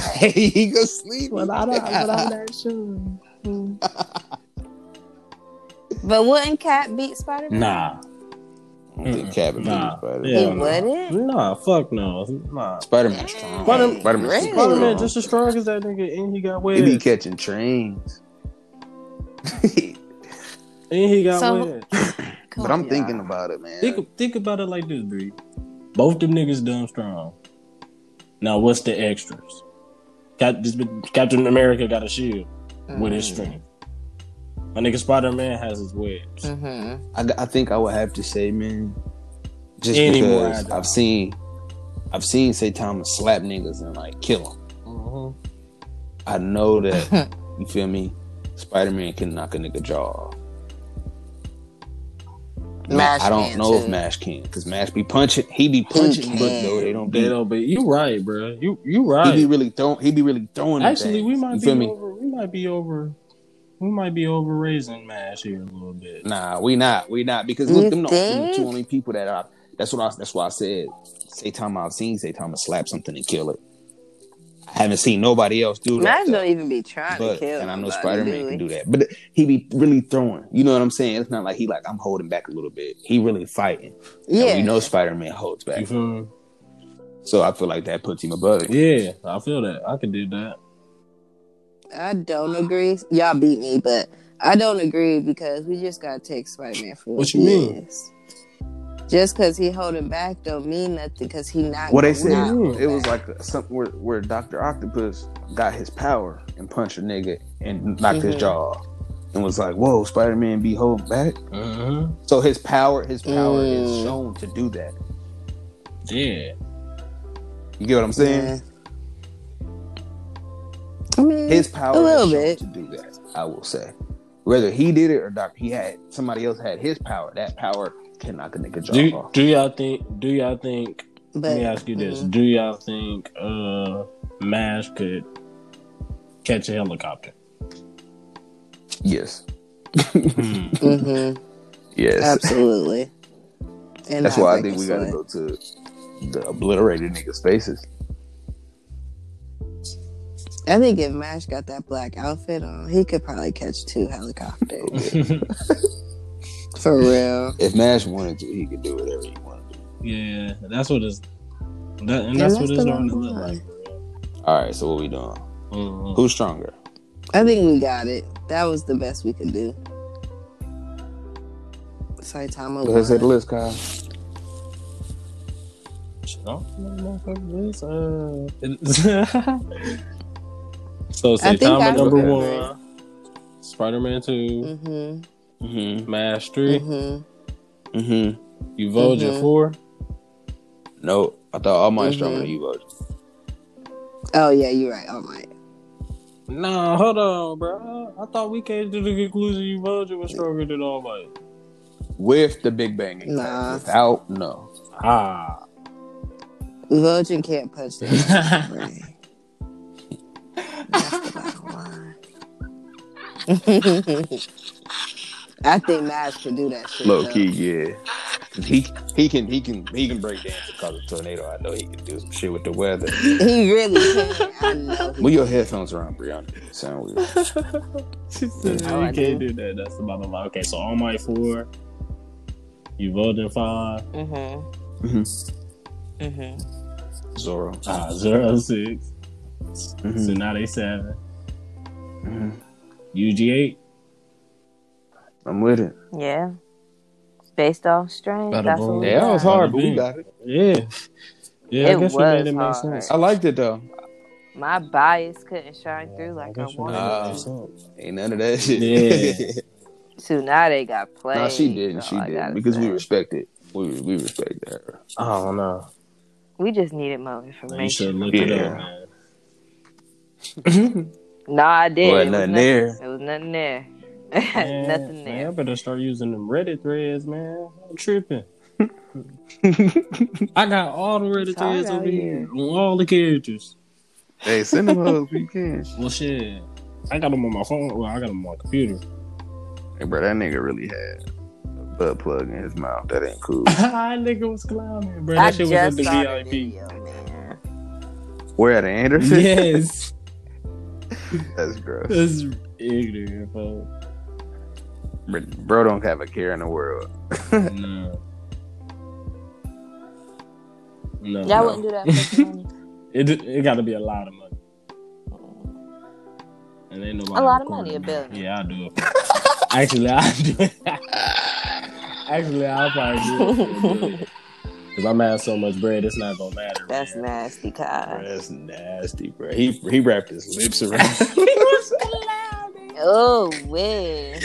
Yeah.
he go sleep.
not sure.
But wouldn't Cap beat Spider Man?
Nah.
I don't think
Mm-mm.
Cap and
Nah.
Spider.
Yeah.
He
Hell no.
wouldn't?
Nah, fuck no. Nah.
Spider Man strong.
Spider-
Spider-Man's
Really?
Spider Man
strong.
just as strong as that nigga, and he got
He be
wet.
catching trains.
And he got
So-
wet.
Come
but I'm
on,
thinking
y'all.
about it, man.
Think think about it like this, Bree. Both them niggas dumb strong. Now what's the extras? Cap, this, bit- Captain America got a shield with
Mm.
his
Mm-hmm.
strength. My nigga Spider Man has his webs.
Mhm.
I, I think I would have to say, man, just
Any more
because
I die.
I've seen, I've seen say Thomas slap niggas and like kill them. Mm-hmm. I know that you feel me. Spider Man can knock a nigga jaw off. No,
Mash
I don't
can,
know if
too.
Mash can because Mash be punching. He be punching,
can.
but no, they don't.
They
Be,
don't be. You right, bro. You you
he be
right.
really throwing. He be really throwing. at
Actually, we
things.
might
You
be
feel me?
over. We might be over. We might be over raising Mash here a little bit.
Nah, we not. We not because
You
look, them the only-
think?
two only people that I. That's what I. That's why I said. Say time I've seen. Say time to slap something and kill it. I haven't seen nobody else do that.
Mash
though.
don't even be trying
but
to kill.
and I know
nobody,
Spider Man
he?
can do that. But he be really throwing. You know what I'm saying? It's not like he like I'm holding back a little bit. He really fighting. And
Yeah.
we know Spider Man holds
You
back.
feel me?
So I feel like that puts him above it.
Yeah, I feel that. I can do that.
I don't agree. Y'all beat me, but I don't agree because we just gotta take Spider Man for what,
What you
he
mean?
is. Just because he holding back don't mean nothing because he not.
Well, they
gonna
said
not hold
it was
back.
like something where, where Doctor Octopus got his power and punched a nigga and knocked his
Mhm.
jaw off, and was like, "Whoa, Spider Man be holding back."
Mm-hmm.
So his power, his power is
Mm.
shown to do that.
Yeah.
You get what I'm saying?
Yeah. I mean,
His power
a little
is shown
bit.
to do that. I will say, whether he did it or Doc, he had somebody else had his power. That power can knock a nigga jaw
Do,
off.
do y'all think? Do y'all think?
but
Let me ask you this:
mhm.
Do y'all think uh Mash could catch a helicopter?
Yes,
Hmm.
Mhm.
yes.
absolutely. And
That's why I
think
think we
it's
got to
like-
go to the obliterated niggas' faces.
I think if Mash got that black outfit on, he could probably catch two helicopters for real.
If Mash wanted to, he could do whatever he wanted. to.
yeah, that's what it's. That, and that's, what
that's
it's
the
going to
bottom
look
line.
like.
All right, so what we doing?
Mhm.
Who's stronger?
I think we got it. That was the best we could do. Saitama
Let's hit the
won.
list, Kyle.
Oh, motherfucker, this, uh, so
I think I
Saitama number
remember.
one, Spider Man 2
Mhm.
Mm-hmm.
Mash 3
Mhm.
Mm-hmm.
you voted
Mhm.
four.
No, I thought all mine's
Mhm.
stronger than you, Vogue.
Oh yeah, you're right. All right.
Nah, hold on, bro. I thought we came to the conclusion you voted was stronger than All Might.
With the Big Bang. Impact.
Nah.
Without, no.
Ah,
Vojin can't punch that brain. That's the bottom line. I think Mash could do that shit.
Low
though.
key, yeah. 'Cause he he can he can he can break dance and cause a tornado. I know he can do some shit with the weather.
He really can. I know.
Move your headphones around, Brianna. Sound weird.
she said,
Oh, I
you can't do that. That's about a lot. Okay, so all my four. You voting five.
Mm-hmm. Mm-hmm.
Zoro.
Uh, zero six. So
Hmm.
Mhm.
now they seven.
Mhm.
UG eight.
I'm with it.
Yeah. It's based off strength.
Bada
That's
boom.
what we
Yeah, it was
got.
hard, but we got it.
Yeah. Yeah,
It
I guess we made
was
it make
hard.
sense.
I liked it though.
My bias couldn't shine through
I
like I,
guess we made
wanted
it
it
Nah.
make
to.
sense.
Ain't none of that shit.
Yeah.
So now they got played.
nah, she didn't.
so
She
I
did
gotta
because we
say.
respect it. We we respect her.
I don't know.
We just needed more
You
information.
should look it
Yeah.
up, man.
No, I did.
Wasn't
It was nothing It
nothing there.
was nothing there.
Man,
nothing
Man, I
there.
better start using them Reddit threads, man. I'm tripping. I got all the Reddit
It's all
threads
out
over here
here.
on all the characters.
hey, send them hugs if you can.
Well, shit. I got them on my phone. Well, I got them on my computer.
Hey, bro, that nigga really had a butt plug in his mouth. That ain't cool.
I nigga was clowning, bro. That
I
shit
just
was at the
saw the
VIP.
video, man.
We're at Anderson.
yes,
that's gross.
that's ignorant, bro.
Bro, bro don't have a care in the world.
No, no,
Y'all
no.
wouldn't do that for money.
it it got to be a lot of money. And ain't nobody
A lot of
recording
money, a
me.
billion.
Yeah, I do it. Actually, I do. it. Actually, I'll probably do it. for a billion. Cause I'm having so much bread, it's not gonna matter.
That's
man.
nasty,
Bro,
Kai.
that's nasty, bro. He he wrapped his lips around.
Oh, wait.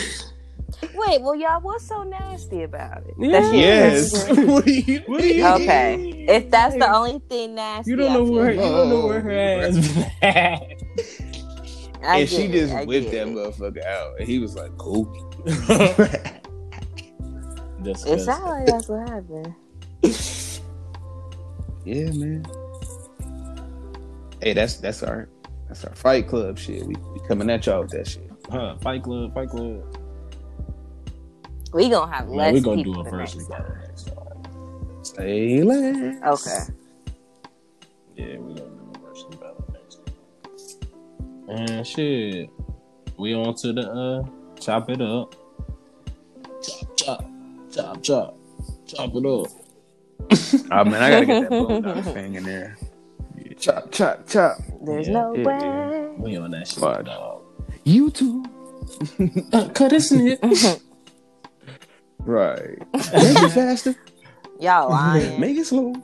Wait, well, y'all, what's so nasty about it?
Yeah.
That shit-
yes. what do you?
What do you
Okay.
mean?
If that's the only thing nasty,
You don't know
I feel
where you
bad.
don't know where her ass is at.
I
and she
get it,
just
I
whipped
get
that
it.
motherfucker out, and he was like, "Cool."
It
Disgusting.
sounds like that's what happened.
yeah, man. Hey, that's that's our that's our Fight Club shit. We, we coming at y'all with that shit.
Huh, Fight Club, Fight Club.
We gonna have
Man,
less
we gonna do
people
a
the
first
next
week.
time.
Say less.
Okay.
Yeah, we gonna do a first week battle next time. And shit, we on to the uh, chop it up. Chop, chop, chop, chop, chop it up.
Oh man, I gotta get that bulldog thing in there. Chop, chop, chop.
There's
Yeah,
no
yeah,
way.
We on that shit,
Fuck.
dog.
You too.
Uh, cut it, snip.
Right. Make it faster.
Y'all lying.
Make it slow.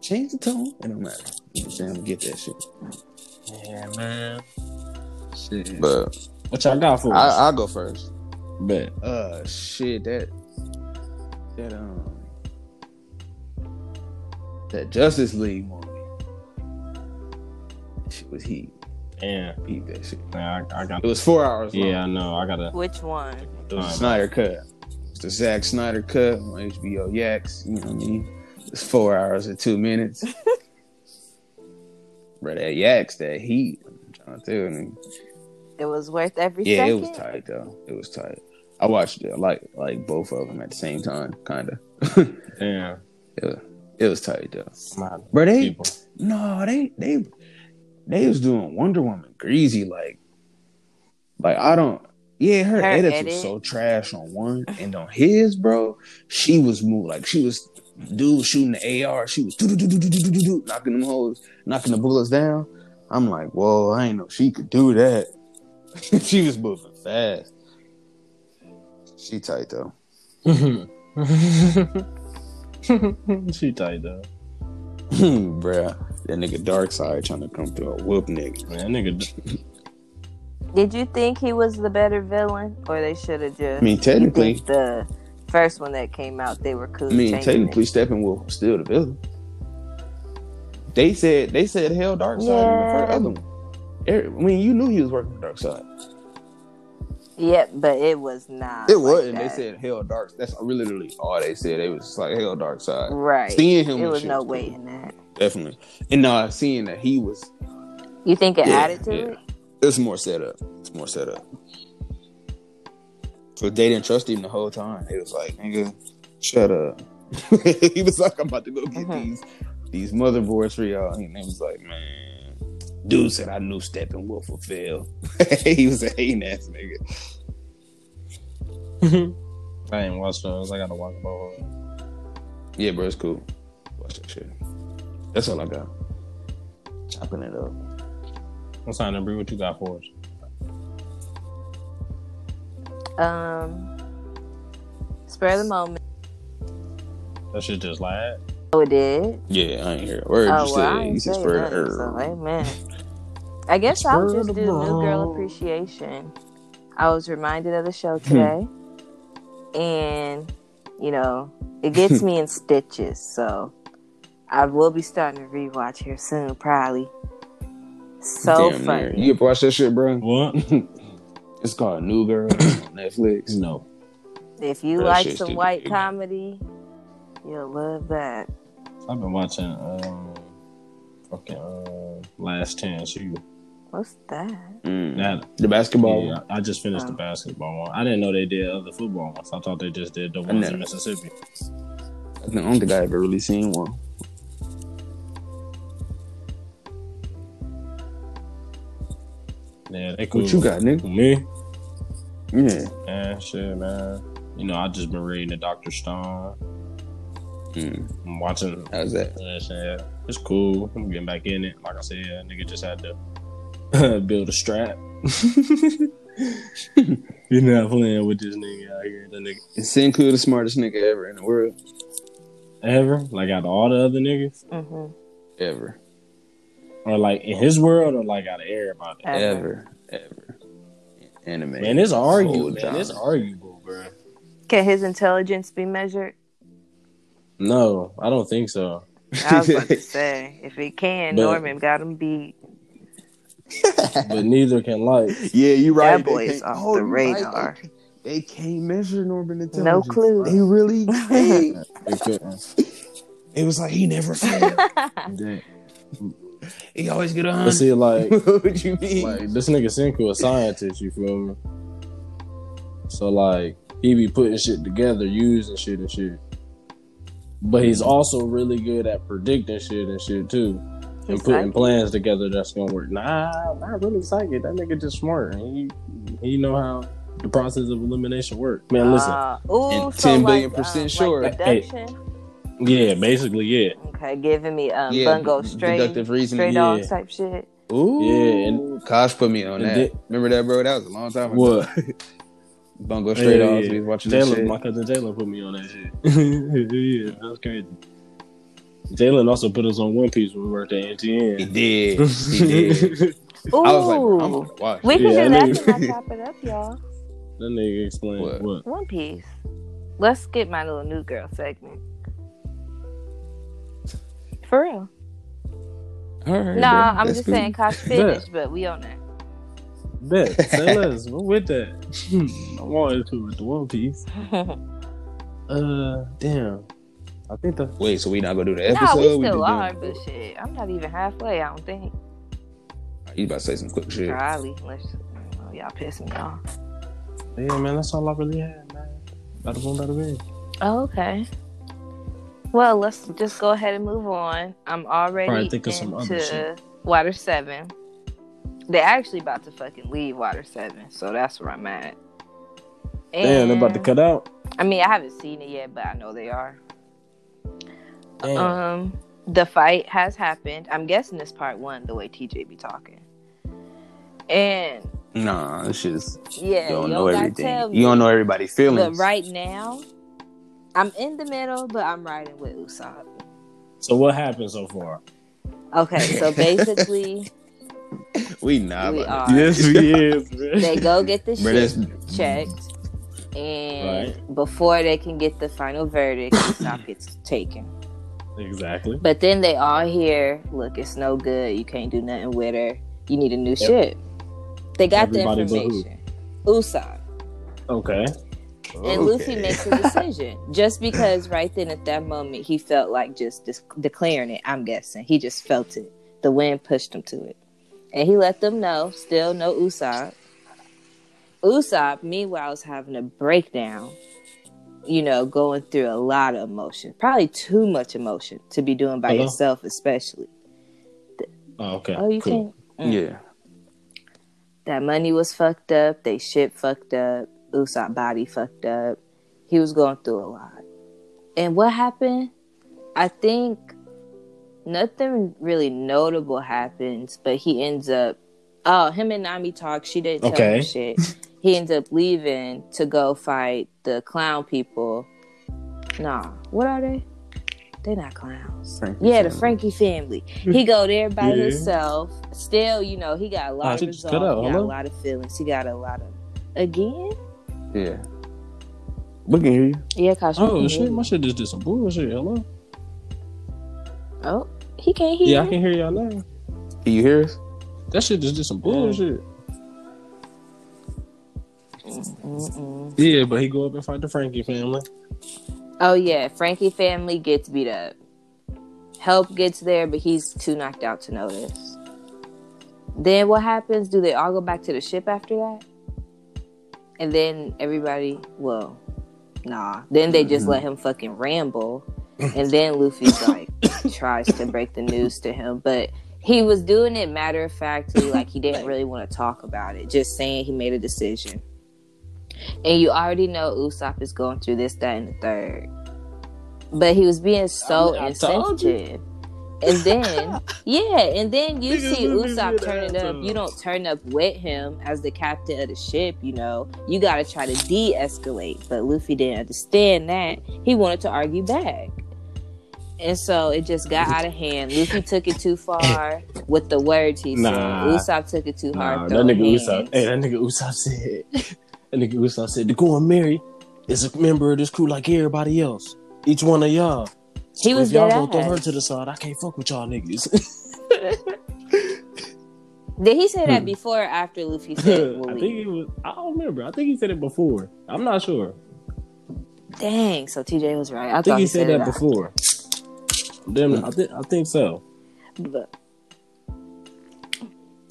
Change the tone. It don't matter. You know what I'm saying? I'm get that shit.
yeah, man. Shit.
But
what y'all got for
I,
us?
I'll go first.
Bet.
Uh, shit, that that um that Justice League movie. That Shit was heat.
Yeah,
Heat that shit.
nah, I, I got.
It was four hours. long.
Yeah, I know. I gotta.
Which one?
It was a Snyder cut. It's the Zack Snyder cut on HBO Yaks. You know what I mean? It's four hours and two minutes. Bro, that Yaks, that heat. I'm trying to tell you. I mean,
It was worth every
yeah,
second.
it was tight though. It was tight. I watched it like like both of them at the same time, kinda.
Damn.
It was tight though.
My
Bro, they
people.
no, they they they was doing Wonder Woman greasy like like I don't yeah, her,
Her
edits
edit.
was so trash on one and on his, bro. She was moved like she was dude shooting the AR. She was do do do do do do do knocking them holes, knocking the bullets down. I'm like, whoa, I ain't know she could do that. she was moving fast. She tight though.
she tight though.
Bruh. That nigga Dark Side trying to come through a whoop nigga.
Man, that nigga.
Did you think he was the better villain, or they should have just?
I mean
you
technically
think the first one that came out, they were cool.
I mean,
changing
technically,
it.
Steppenwolf was still the villain. They said they said hell dark side
Yeah.
in the first other one. Eric- I mean, you knew he was working with dark side.
yeah, but it was not.
It
like
wasn't.
that.
They said hell dark. That's really literally all they said. They was just like hell dark side.
right.
Seeing him,
It
and
was
shit
no
cool.
way in that.
Definitely, and uh, seeing that he was,
You think it
Yeah,
added to
yeah.
it?
it's more set up. It's more set up. So they didn't trust him the whole time. It was like, nigga, shut up. he was like, I'm about to go get
Mhm.
these these motherboards for y'all. And they was like, man, dude said I knew Steppenwolf would fail. he was a hating ass nigga.
I ain't watched those. I gotta watch both. of them.
Yeah, bro, it's cool. Watch that shit. That's all I got. Chopping it up.
What's on number? What you got for us?
Um, spur of the moment.
That shit just lied.
Oh, it did.
Yeah, I ain't hear a word
oh,
you
well, I
said.
ain't
You said
say
for
nothing, so,
her.
amen. I guess I'll
Spur of
just
the
do New Girl
moment.
Appreciation. I was reminded of the show
Hmm.
today, and you know it gets me in stitches. So I will be starting to rewatch here soon, probably. So
Damn near.
funny.
You ever watch that shit, bro?
What?
It's called New Girl on Netflix.
no.
If you
That
like
shit's
some
stupid,
white
dude.
comedy, you'll love that.
I've been watching um fucking uh Last Chance You.
What's that?
Mm.
That
The basketball.
yeah,
one.
I just finished the
Oh.
basketball one. I didn't know they did other football ones. I thought they just did the ones
never-
in Mississippi.
I think- I don't think I ever really seen one.
Yeah, they cool.
What you got, nigga?
Me?
Yeah.
Yeah, shit, man. You know, I just been reading the Doctor Stone.
Mm.
I'm watching
How's that?
Yeah, shit, yeah. It's cool. I'm getting back in it. Like I said, nigga just had to build a strap. You're not playing with this nigga out here. The nigga
Is Senku the smartest nigga ever in the world?
ever, like out of all the other niggas,
hmm
Ever.
or like in his world, or like out of everybody.
Ever.
Ever. Ever. Anime.
Man, it's
Whole
arguable. Man,
genre.
it's arguable, bro.
Can his intelligence be measured?
No, I don't think so.
I was about to say, if it can,
But-
Norman got him beat.
But neither can light.
yeah, you right.
That boy
They
is
can't-
off
Oh,
the
you right.
radar.
They, can't- they can't measure Norman intelligence.
No clue.
They really can't.
It couldn't.
It was like he never failed.
Dang.
he always get a
But
hundred.
see, like,
what would you mean?
like this nigga Senku a scientist, you feel me? So like he be putting shit together, using shit and shit. But
Mm.
he's also really good at predicting shit and shit too. And
He's
putting
psychic.
plans together that's gonna work. Nah, not really psychic. That nigga just smart. He he know how the process of elimination work. Man, listen.
Uh, ooh,
And
so
10
like,
billion percent
um,
sure.
Like deduction.
yeah, basically, yeah.
Okay, giving me um
Yeah,
bungo
d-
straight
deductive
stray
reasoning,
dogs
yeah.
type shit.
Ooh.
Yeah, and-
Kosh put me on
And
that.
they-
Remember that, bro? That was a long time ago.
What?
Bungo straight
Yeah,
off.
yeah.
We was watching that
Jalen,
shit.
my cousin Jalen put me on that shit. yeah, that's crazy. Jalen also put us on One Piece when we worked at
He
NTN.
did. He did.
Ooh,
I was like, bro, I'm gonna watch.
we can
Yeah,
do
I
that
mean-
when I chop it up, y'all.
That nigga explained
What?
what?
One Piece. Let's get my little new girl segment. For real.
All right,
no, I'm just saying, Kosh finished, but we on that.
Bet, say less. What with that? I'm always put with the One Piece. Uh, damn. I think that.
Wait, so we not gonna do the
no,
episode?
we
just
still
doing-
are, but shit, I'm not even halfway. I don't think.
You about to say some quick shit?
Probably. Unless oh, y'all piss me off.
Yeah, man, that's all I really had, man. Bada boom, bada bing.
Oh, okay. Well, let's just go ahead and move on. I'm already
Alright, think of some other
into
shit.
Water Seven. They're actually about to fucking leave Water Seven, so that's where I'm at.
Damn, they about to
And-
cut out.
I mean, I haven't seen it yet, but I know they are.
Damn.
Um, the fight has happened. I'm guessing it's part one, the way TJ be talking. And
Nah, it's just
yeah,
you don't
yo
know
gotta
everything.
tell
You don't
me.
know everybody's feelings.
But right now, I'm in the middle, but I'm riding with Usopp.
so what happened so far?
Okay, so basically,
We not.
We
about
are.
to-
Yes, we is, bro.
they go get the
Bro,
shit
that's
checked, and before they can get the final verdict, Usopp gets taken.
Exactly.
But then they all hear, look, it's no good. You can't do nothing with her. You need a new ship. They got
Everybody
the
but who?
information. Usopp.
Okay.
And Luffy
Okay.
makes a decision just because right then at that moment he felt like just dis- declaring it. I'm guessing he just felt it. The wind pushed him to it, and he let them know. Still no Usopp. Usopp, meanwhile, is having a breakdown you know, going through a lot of emotion, probably too much emotion to be doing by
Hello?
yourself, especially.
Oh, okay.
Oh, you
cool.
can't. Mm.
Yeah.
That money was fucked up. They shit fucked up. Usopp body fucked up. He was going through a lot. And what happened? I think nothing really notable happens, but he ends up. Oh, him and Nami talk. She didn't tell
Okay.
him shit. He ends up leaving to go fight the clown people. Nah, what are they? They're not clowns.
Frankie
yeah, the
family.
Frankie family. He go there by
Yeah.
himself. Still, you know, he got a
Oh,
lot
she
of
just cut out.
resolve. He got a
Hello?
lot of feelings. He got a lot of again.
Yeah. We can hear you.
Yeah, cause we
Oh
can
shit,
hear
my
you.
shit just did some bullshit. Hello.
oh, he can't hear.
Yeah,
you.
I can hear y'all now.
Can you hear us?
That shit just did some bullshit.
Mm-mm.
Yeah, but he go up and fight the Frankie family.
Oh yeah, Frankie family gets beat up. Help gets there, but he's too knocked out to notice. Then what happens? Do they all go back to the ship after that? And then everybody, well, nah. Then they just
Mm-hmm.
let him fucking ramble. And then Luffy's like tries to break the news to him, but he was doing it matter of factly, like he didn't really want to talk about it, just saying he made a decision. And you already know Usopp is going through this, that, and the third. But he was being so
I- I told you.
insensitive. And then, yeah, and then you
Niggas
see
do this
Usopp
shit
turning up.
after.
You don't turn up with him as the captain of the ship, you know. You gotta try to de escalate. But Luffy didn't understand that. He wanted to argue back. And so it just got out of hand. Luffy took it too far with the words he
Nah.
said. Usopp took it too
Nah,
hard.
that
throwing
nigga
hands.
Usopp. Hey, that nigga Usopp said. that nigga Usopp said to go and marry is a member of this crew like everybody else. Each one of y'all.
He
So
was
if y'all
dead
don't throw her
ass.
to the side, I can't fuck with y'all niggas.
Did he say that
Hmm.
before or after Luffy
I
said it? will
think
leave?
it was. I don't remember. I think he said it before. I'm not sure.
Dang, so TJ was right. I,
I
thought
think
he,
he said that before. Damn, I, thi- I think so.
before.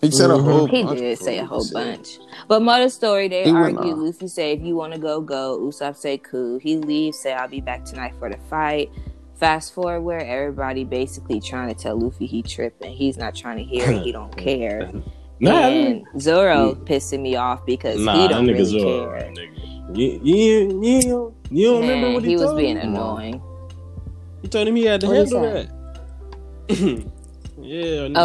He said a
Mm-hmm.
Mhm.
whole
He
bunch
did
of
say a
shit.
whole bunch. But moral story, they
He went
argue.
on.
Luffy say, if you want to go, go. Usopp say, cool. He leaves, say, I'll be back tonight for the fight. Fast forward where everybody basically trying to tell Luffy he tripping. He's not trying to hear it. He don't care.
Nah, Mm.
and Zoro pissing me off because
nah,
he
that
don't
nigga
really
Zoro,
care.
right, nigga. You, you, you, you don't remember
Man,
what he,
he was
told
being
him?
annoying.
You told him he had to
What he
handle that. yeah,
Oh,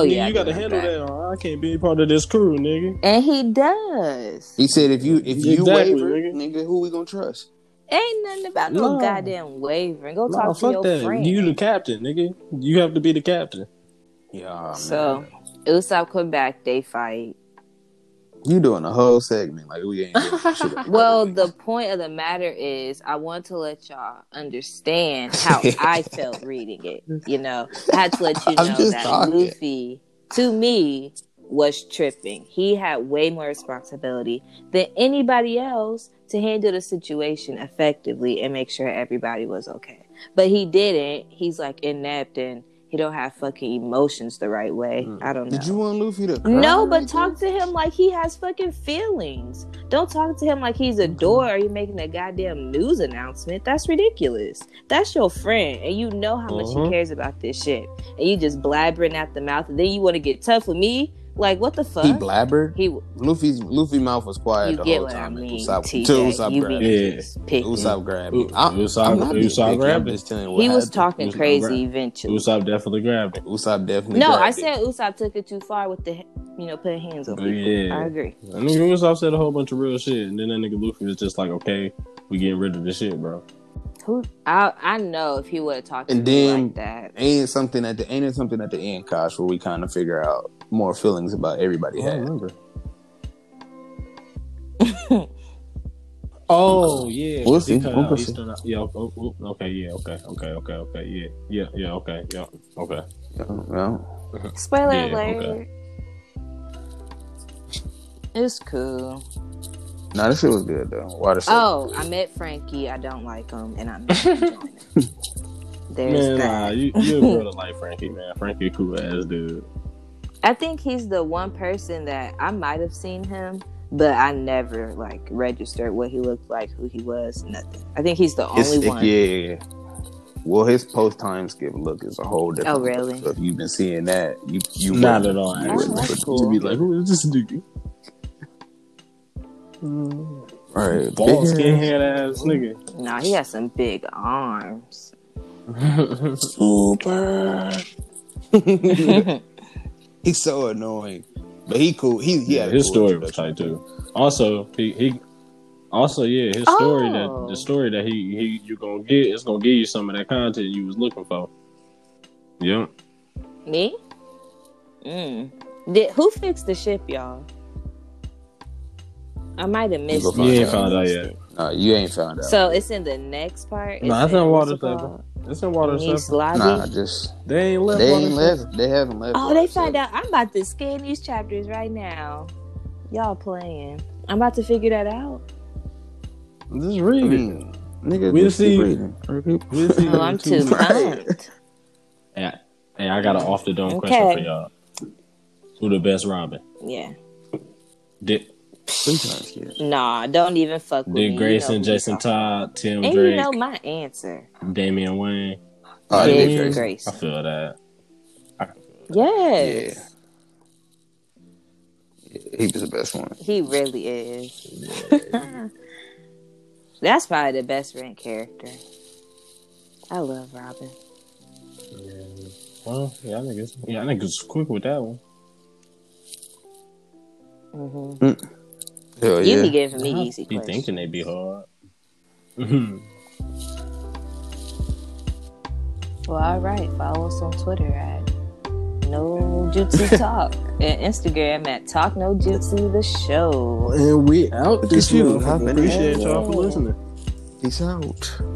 nigga,
yeah, I
you got to
remember
handle
that.
that. or I can't be part of this crew, nigga.
And he does.
He said if you if you
Exactly,
waver,
nigga.
nigga. who we gonna trust?
Ain't nothing about no,
No.
goddamn wavering. Go
Nah,
talk to
fuck
your
that.
friend.
You the captain, nigga. You have to be the captain.
Yeah.
Oh,
so Usopp come back, they fight.
You doing a whole segment like we ain't. doing shit.
Well, the point of the matter is, I want to let y'all understand how I felt reading it. You know, I had to let you
I'm
know
just
that
talking.
Luffy, to me, was tripping. He had way more responsibility than anybody else to handle the situation effectively and make sure everybody was okay. But he didn't. He's like inept and he don't have fucking emotions the right way.
Mm.
I don't know.
Did you want Luffy to? Cry
Oh,
No, but
right
talk to him like he has fucking feelings. Don't talk to him like he's a door. You're making a goddamn news announcement. That's ridiculous. That's your friend, and you know how much
Mhm.
he cares about this shit, and you just blabbering at the mouth. And then you want to get tough with me? Like what the
there?
fuck?
He blabbered.
He-
Luffy's Luffy mouth was quiet
you
the
get
whole
what I
time.
mean?
Usopp,
TJ.
till Usopp
you
grabbed
be
me.
Yeah.
just picky.
Usopp grabbed me.
U-
I,
Usopp-
I'm not being
Usopp
picky,
grabbed
I'm
it.
just telling you what
He was
happened.
talking
Usopp
crazy
grabbed-
eventually.
Usopp definitely grabbed it.
Usopp definitely.
no, I
grabbed it.
said Usopp took it too far with the you know putting hands on people.
Yeah.
I agree.
That nigga Usopp said a whole bunch of real shit, and then that nigga Luffy was just like, okay, we getting rid of this shit, bro.
Who I I know if he would have talked to
And
me
then-
like that.
and something at the end and something at the end, Kosh, where we kind of figure out more feelings about everybody
I don't
had.
remember. oh yeah,
We'll
'cause he
see.
cut
We'll
out. He
see.
stood out. Yeah. oh, oh, okay. Yeah. Okay. Okay. Okay. Okay. Yeah. Yeah. Yeah. Okay. Yeah. Okay.
Yeah.
Spoiler
Yeah,
alert.
okay.
It's cool.
No, this shit was good though. Water
Oh, I met Frankie. I don't like him, and I'm not enjoying it. There's
man,
that.
nah, you you a girl to like Frankie, man. Frankie cool ass dude.
I think he's the one person that I might have seen him, but I never like registered what he looked like, who he was, nothing. I think he's the
It's-
only
it-
one.
yeah, yeah, yeah. Well, his post time skip look is a whole different.
Oh, really?
So if you've been seeing that, you you
Not
wouldn't-
at all,
you
actually.
wouldn't
that's
put-
cool.
You'd be like, who is this nigga?
All right,
Bald
big
skin,
ass.
head ass nigga.
No, he has some big arms.
Super.
yeah,
He's so annoying, but he cool. He he
Yeah,
had a
his
cool
story was
introduction.
tight too. Also, he, he also yeah, his story
Oh.
that the story that he, he you gonna get it's gonna give you some of that content you was looking for. Yeah,
me. Mm. Did who fixed the ship, y'all? I might have missed.
go
it.
Find
you ain't
out.
found out yet.
No, you ain't found out.
So it's in the next part.
Nah,
It's
I think
what's
Water's
it called?
It's in water.
Nice
stuff.
Lobby.
nah, just
They ain't left.
they
water
ain't
stuff.
left. They haven't left.
Oh, they find out. I'm about to scan these chapters right now. Y'all playing? I'm about to figure that out.
Just
I
read it.
mean, nigga,
We'll
just keep
see.
reading.
We'll see
Oh, I'm
them two-
too
Right.
pumped.
Hey, I got an off the dome
Okay.
question for y'all. Who the best Robin?
Yeah.
Did
Three times, kid.
Nah, don't even fuck with me.
Did
You
Grayson,
know
Jason
who you are.
Todd, Tim
And
Drake,
you know my answer.
Damian Wayne?
Oh,
Yeah,
they
you
Jason.
Grace.
I feel that.
Yes.
Yeah, he was the best one.
He really is. That's probably the best ranked character. I love Robin.
Well, yeah, I think it's yeah, I think it's quick with that one.
hmm
Hell
You
Oh, yeah.
be giving
I
me easy
Mm-hmm. Be
questions.
thinking they be hard. Mhm.
Well, all right. Follow us on Twitter at No Jutsu Talk and Instagram at Talk No Jutsu The Show.
and we out
Look at you, huh?
motherfucker. Appreciate y'all for listening.
Peace out.